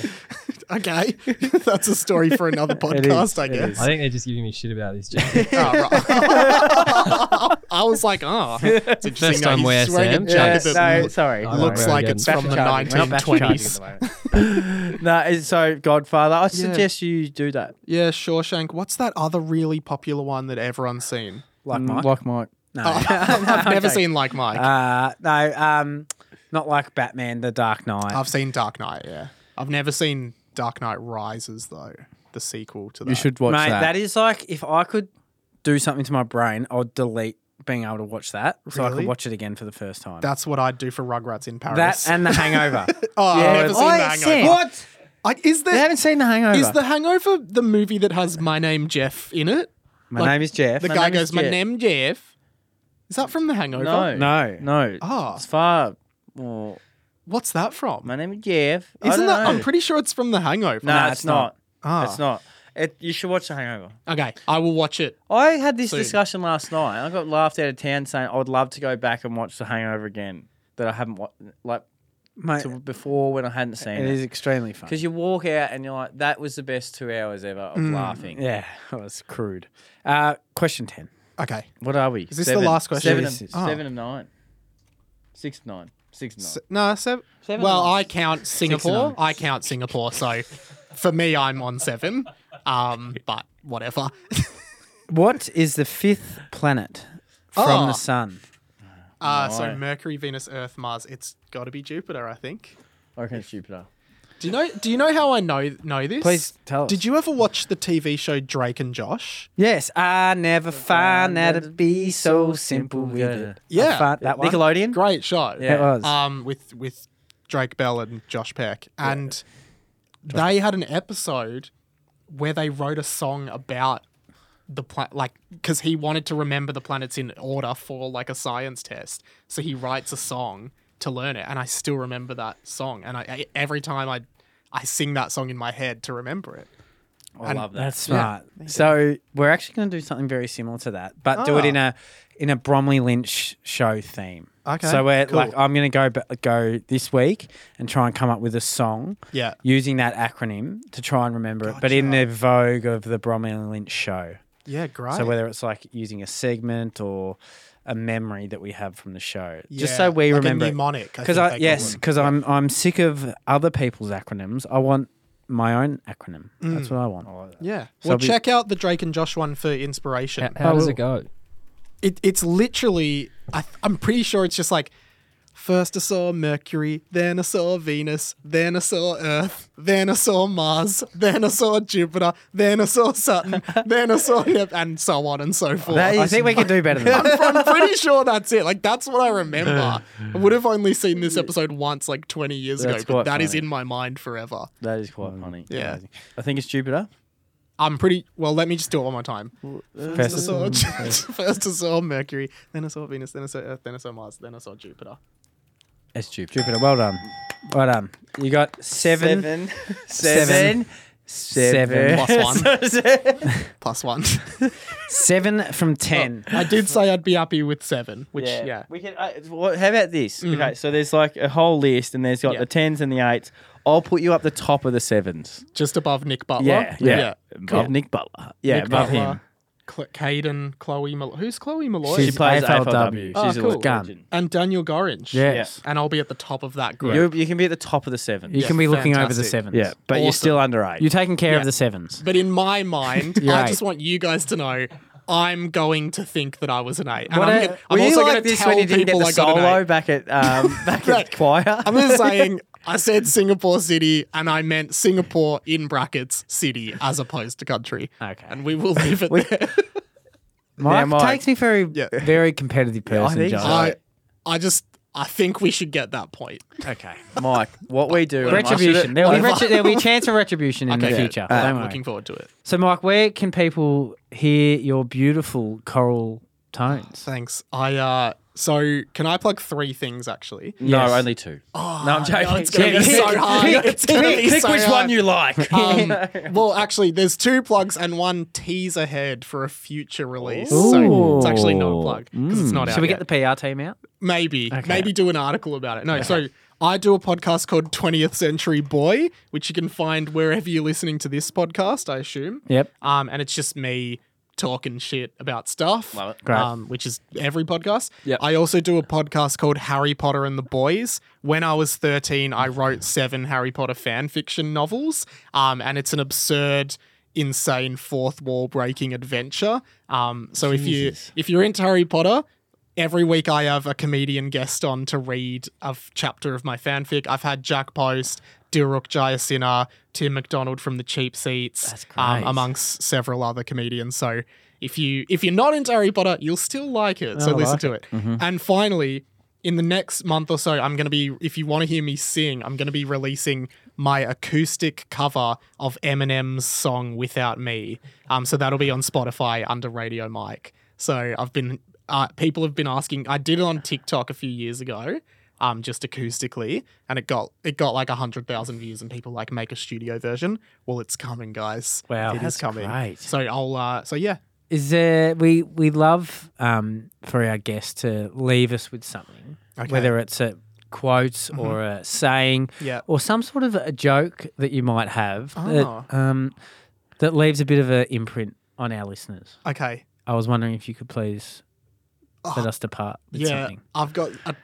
F: okay. That's a story for another podcast, I guess.
H: I think they're just giving me shit about this jacket.
F: Oh, right. I was like, oh, it's interesting.
H: First
F: No,
H: time
F: he's
H: wear,
F: just wearing
H: Sam.
F: a jacket
A: Yeah,
F: that
A: no, sorry.
H: Oh,
F: lo- looks
H: Very
F: like
H: good.
F: it's
A: Back
F: from the
A: charging. We're not back charging at
F: 1920s.
A: the moment. no, it's- so Godfather, I suggest you do that.
F: Yeah, Shawshank. What's that other really popular one that everyone's seen?
A: Like
C: Mm,
A: Mike.
C: Like Mike.
A: no.
F: Oh, I've
A: I'm
F: never
A: joking.
F: seen Like Mike.
A: Uh, no, um, not like Batman, The Dark Knight.
F: I've seen Dark Knight, yeah. I've never seen Dark Knight Rises, though, the sequel to that.
C: You should watch
A: Mate,
C: that.
A: that is like if I could do something to my brain, I'll delete being able to watch that so I
F: Really?
A: could watch it again for the first time.
F: That's what I'd do for Rugrats in Paris.
A: that and The Hangover.
F: oh, I've never
A: I
F: seen The
A: ain't
F: Hangover.
A: seen- What?
F: I, is
A: They
F: there
A: haven't seen The Hangover.
F: is the Hangover the movie that has My Name Jeff in it?
A: my
F: like,
A: name is Jeff.
F: The
A: My
F: guy
A: name is
F: goes, My
A: Jeff."
F: name Jeff. Is that from The Hangover?
C: No.
A: No.
C: No.
F: Ah.
C: It's far more.
F: What's that from?
C: My name is Jeff. I
F: Isn't
C: don't
F: that?
C: know.
F: I'm pretty sure it's from The Hangover.
C: No, it's, not.
F: Ah.
C: It's not. It, you should watch The Hangover.
F: Okay, I will watch it.
C: I had this
F: Soon.
C: discussion last night. I got laughed out of town saying I would love to go back and watch The Hangover again that I haven't watched like
A: Mate,
C: to before when I hadn't seen
A: it is
C: it.
A: extremely fun.
C: Because you walk out and you're like, that was the best two hours ever of laughing.
A: Mm. Yeah, that was crude. Uh, question 10.
F: Okay.
C: What are we?
F: Is this the last question?
C: Seven,
F: This
C: of,
F: is- oh.
C: seven of nine. Six of nine. Six of nine.
F: S- No, seven. well, I count Singapore. I count Singapore. So for me, I'm on seven. Um, but whatever.
A: What is the fifth planet from
F: Oh.
A: the sun?
F: Uh, so
C: Right.
F: Mercury, Venus, Earth, Mars. It's got to be Jupiter, I think.
C: I reckon it's Jupiter.
F: Do you know? Do you know how I know know this?
A: Please tell us.
F: Did you ever watch the TV show Drake and Josh?
A: Yes, I never found that it'd be so simple with it.
F: Yeah.
A: I found that one.
C: Nickelodeon?
F: Great show.
C: Yeah.
A: It was.
F: Um, with with Drake Bell and Josh Peck, and they had an episode where they wrote a song about the planet, like because he wanted to remember the planets in order for like a science test, so he writes a song to learn it, and I still remember that song, and I, I every time I I sing that song in my head to remember it.
C: I love that.
A: That's smart. so we're actually going to do something very similar to that, but do it in a in a Bromley Lynch show theme.
F: Okay,
A: So we're
F: cool.
A: like, I'm going to go ba- go this week and try and come up with a song.
F: Yeah.
A: Using that acronym to try and remember it, but in the vogue of the Bromley Lynch show.
F: Yeah, great.
A: So whether it's like using a segment or a memory that we have from the show, just
F: Yeah,
A: so we
F: like a
A: remember. it.
F: mnemonic, I
A: 'Cause
F: think
A: I,
F: they call
A: yes,
F: them.
A: because I'm I'm sick of other people's acronyms. I want my own acronym. That's what I want.
F: yeah, well,
A: we-
F: check out the Drake and Josh one for inspiration.
H: How does it go?
F: it, it's literally I, i'm pretty sure it's just like first i saw mercury then i saw venus then i saw earth then i saw mars then i saw jupiter then i saw saturn then i saw Nep- and so on and so forth
A: I think we can do better than that.
F: I'm pretty sure that's it. Like that's what I remember. I would have only seen this episode once, like 20 years ago,
C: That's
F: but
C: quite
F: that is
C: funny.
F: in my mind forever.
C: That is quite funny.
F: Yeah.
C: Amazing. I think it's Jupiter.
F: I'm pretty well. Let me just do it one more time. First I saw first I saw Mercury, then I saw Venus, then I saw Earth, then I saw Mars, then I saw Jupiter.
C: It's Jupiter.
A: Jupiter, well done, well done. You got seven.
C: Seven.
A: Seven.
C: Seven. Seven.
F: Plus one. Plus one.
A: Seven from ten.
F: I did say I'd be happy with seven, which yeah.
C: Yeah. We can. Uh, what, how about this?
F: Mm.
A: Mm-hmm.
C: Okay, so there's like a whole list, and there's got
F: Yeah.
C: the tens and the eights. I'll put you up the top of the sevens.
F: just above Nick Butler.
C: Above Nick Butler. Yeah,
F: Nick
C: above
F: Butler,
C: him.
F: Cl- Caden, Chloe Mal- Who's Chloe Malloy?
C: She plays
A: AFLW.
C: AFLW.
F: Oh,
C: She's a
F: cool.
C: legend.
A: Gun.
F: and Daniel Gorringe.
A: Yes.
F: And I'll be at the top of that group.
C: You, you can be at the top of the sevens.
A: You
F: Yeah,
A: can be looking over the
F: fantastic.
A: sevens.
C: Yeah, but you're
F: Awesome.
C: still under eight.
A: You're taking care
F: Yeah.
A: of the sevens.
F: But in my mind, I
A: eight.
F: just want you guys to know I'm going to think that I was an eight. And
C: What
F: I'm,
C: a-
F: gonna,
C: were
F: I'm
C: you
F: also
C: like
F: going to
C: this
F: tell
C: when you didn't get
F: people
C: the
F: I got an eight.
C: solo back at um, back
F: Right.
C: at choir?
F: I'm just saying, I said Singapore City and I meant Singapore in brackets city as opposed to country.
A: Okay.
F: And we will leave it there.
A: Mike,
C: Mike-
A: takes me very
F: Yeah.
A: very competitive person.
C: think
A: Josh.
C: so.
F: I, I just, I think we should get that point.
B: Okay.
A: Mike, what we do. and I should've-
B: Retribution. There'll be,
A: Whatever.
B: retri- there'll be a chance of retribution in the
F: Okay, Uh,
A: Uh,
B: future.
F: I'm
B: Don't worry.
F: looking forward to it.
B: So, Mike, where can people hear your beautiful choral tones?
F: Thanks. I uh so can I plug three things actually?
A: No,
B: Yes.
A: only two.
F: Oh,
A: No, I'm joking.
F: it's gonna be so hard. It's gonna be
A: Pick
F: so
A: which
F: hard.
A: one you like.
F: um, well, actually, there's two plugs and one tease ahead for a future release.
B: Ooh.
F: So it's actually not a plug because it's not out.
B: Mm. Should we
F: yet.
B: get the PR team out?
F: maybe maybe do an article about it. No, so I do a podcast called 20th Century Boy, which you can find wherever you're listening to this podcast, I assume.
B: Yep.
F: Um, and it's just me talking shit about stuff.
A: Love it.
B: Great.
F: Um, which is every podcast.
A: Yep.
F: I also do a podcast called Harry Potter and the Boys. When I was 13, I wrote seven Harry Potter fan fiction novels. Um, and it's an absurd insane fourth wall breaking adventure um so if you if you're into harry potter every week I have a comedian guest on to read a f- chapter of my fanfic. I've had Jack Post, Dilruk Jayasinha, Tim McDonald from the Cheap Seats, um, amongst several other comedians. So if you if you're not into Harry Potter, you'll still Oh, like it. So listen to it. Mm-hmm. And finally, in the next month or so, I'm going to be, if you want to hear me sing, I'm going to be releasing my acoustic cover of Eminem's song Without Me. Um, so that'll be on Spotify under Radio Mike. So I've been, uh, people have been asking, I did it on TikTok a few years ago. Um, just acoustically, and it got it got like hundred thousand views, and people like make a studio version. Well, it's coming, guys.
B: Wow,
F: it is
B: that's
F: coming.
B: great.
F: So I'll, uh, so yeah,
B: Is there we we love um, for our guests to leave us with something,
F: Okay. Mm-hmm.
B: whether it's a quote or a saying,
F: Yeah.
B: or some sort of a joke that you might have
F: Ah.
B: that um, that leaves a bit of an imprint on our listeners.
F: okay.
B: I was wondering if you could please let us depart with
F: Oh. yeah,
B: something.
F: I've got a,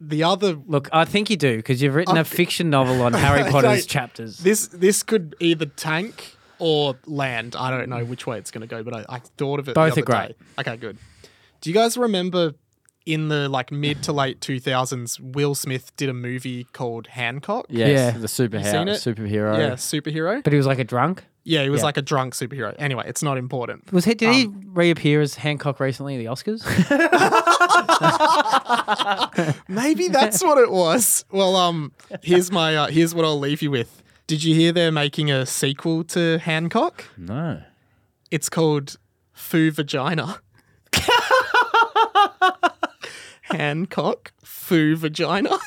F: the other
B: Look, I think you do because you've written a
F: I'm-
B: fiction novel on Harry
F: I
B: Potter's
F: don't-
B: chapters.
F: This this could either tank or land. I don't know which way it's going to go, but I, I thought of it. the
B: Both are
F: other day. Okay, good. Do you guys remember in the like mid to late two thousands, Will Smith did a movie called Hancock?
A: Yes,
B: Yeah.
A: the
F: seen
A: superhero.
F: it?
A: Superhero.
F: Yeah, superhero.
B: but he was like a drunk.
F: Yeah, he was like a drunk superhero. Anyway, it's not important.
B: Was he? Did
F: Um.
B: he reappear as Hancock recently at the Oscars?
F: Maybe that's what it was. Well, um, here's my uh, here's what I'll leave you with. Did you hear they're making a sequel to Hancock?
A: No.
F: It's called Foo Vagina. Hancock Foo Vagina.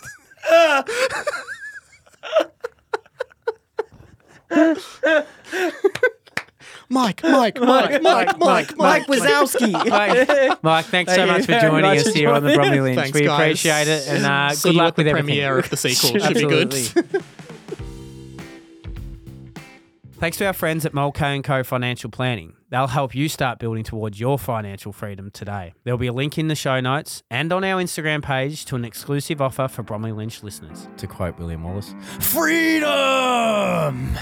F: Mike, Mike, Mike, Mike, Mike, Mike, Mike
B: Mike, Mike, thanks so
A: Thank you
B: much for
A: very
B: joining
A: much
B: us
A: for
B: here on the
A: joining
B: Bromley Lynch.
F: Thanks,
B: we
F: guys.
B: appreciate it, and uh,
F: See
B: good
F: you
B: luck
F: at the
B: with everything.
F: premiere of the sequel. Should be good.
B: Absolutely. Thanks to our friends at Mulcahy & Co Financial Planning. They'll help you start building towards your financial freedom today. There'll be a link in the show notes and on our Instagram page to an exclusive offer for Bromley Lynch listeners.
A: To quote William Wallace, freedom.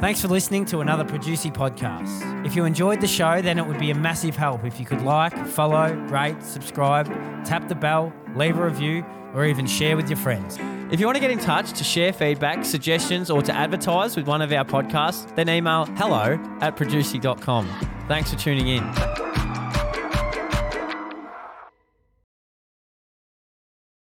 B: Thanks for listening to another Producy podcast. If you enjoyed the show, then it would be a massive help if you could like, follow, rate, subscribe, tap the bell, leave a review, or even share with your friends.
I: If you want to get in touch to share feedback, suggestions, or to advertise with one of our podcasts, then email hello at producey.com. Thanks for tuning in.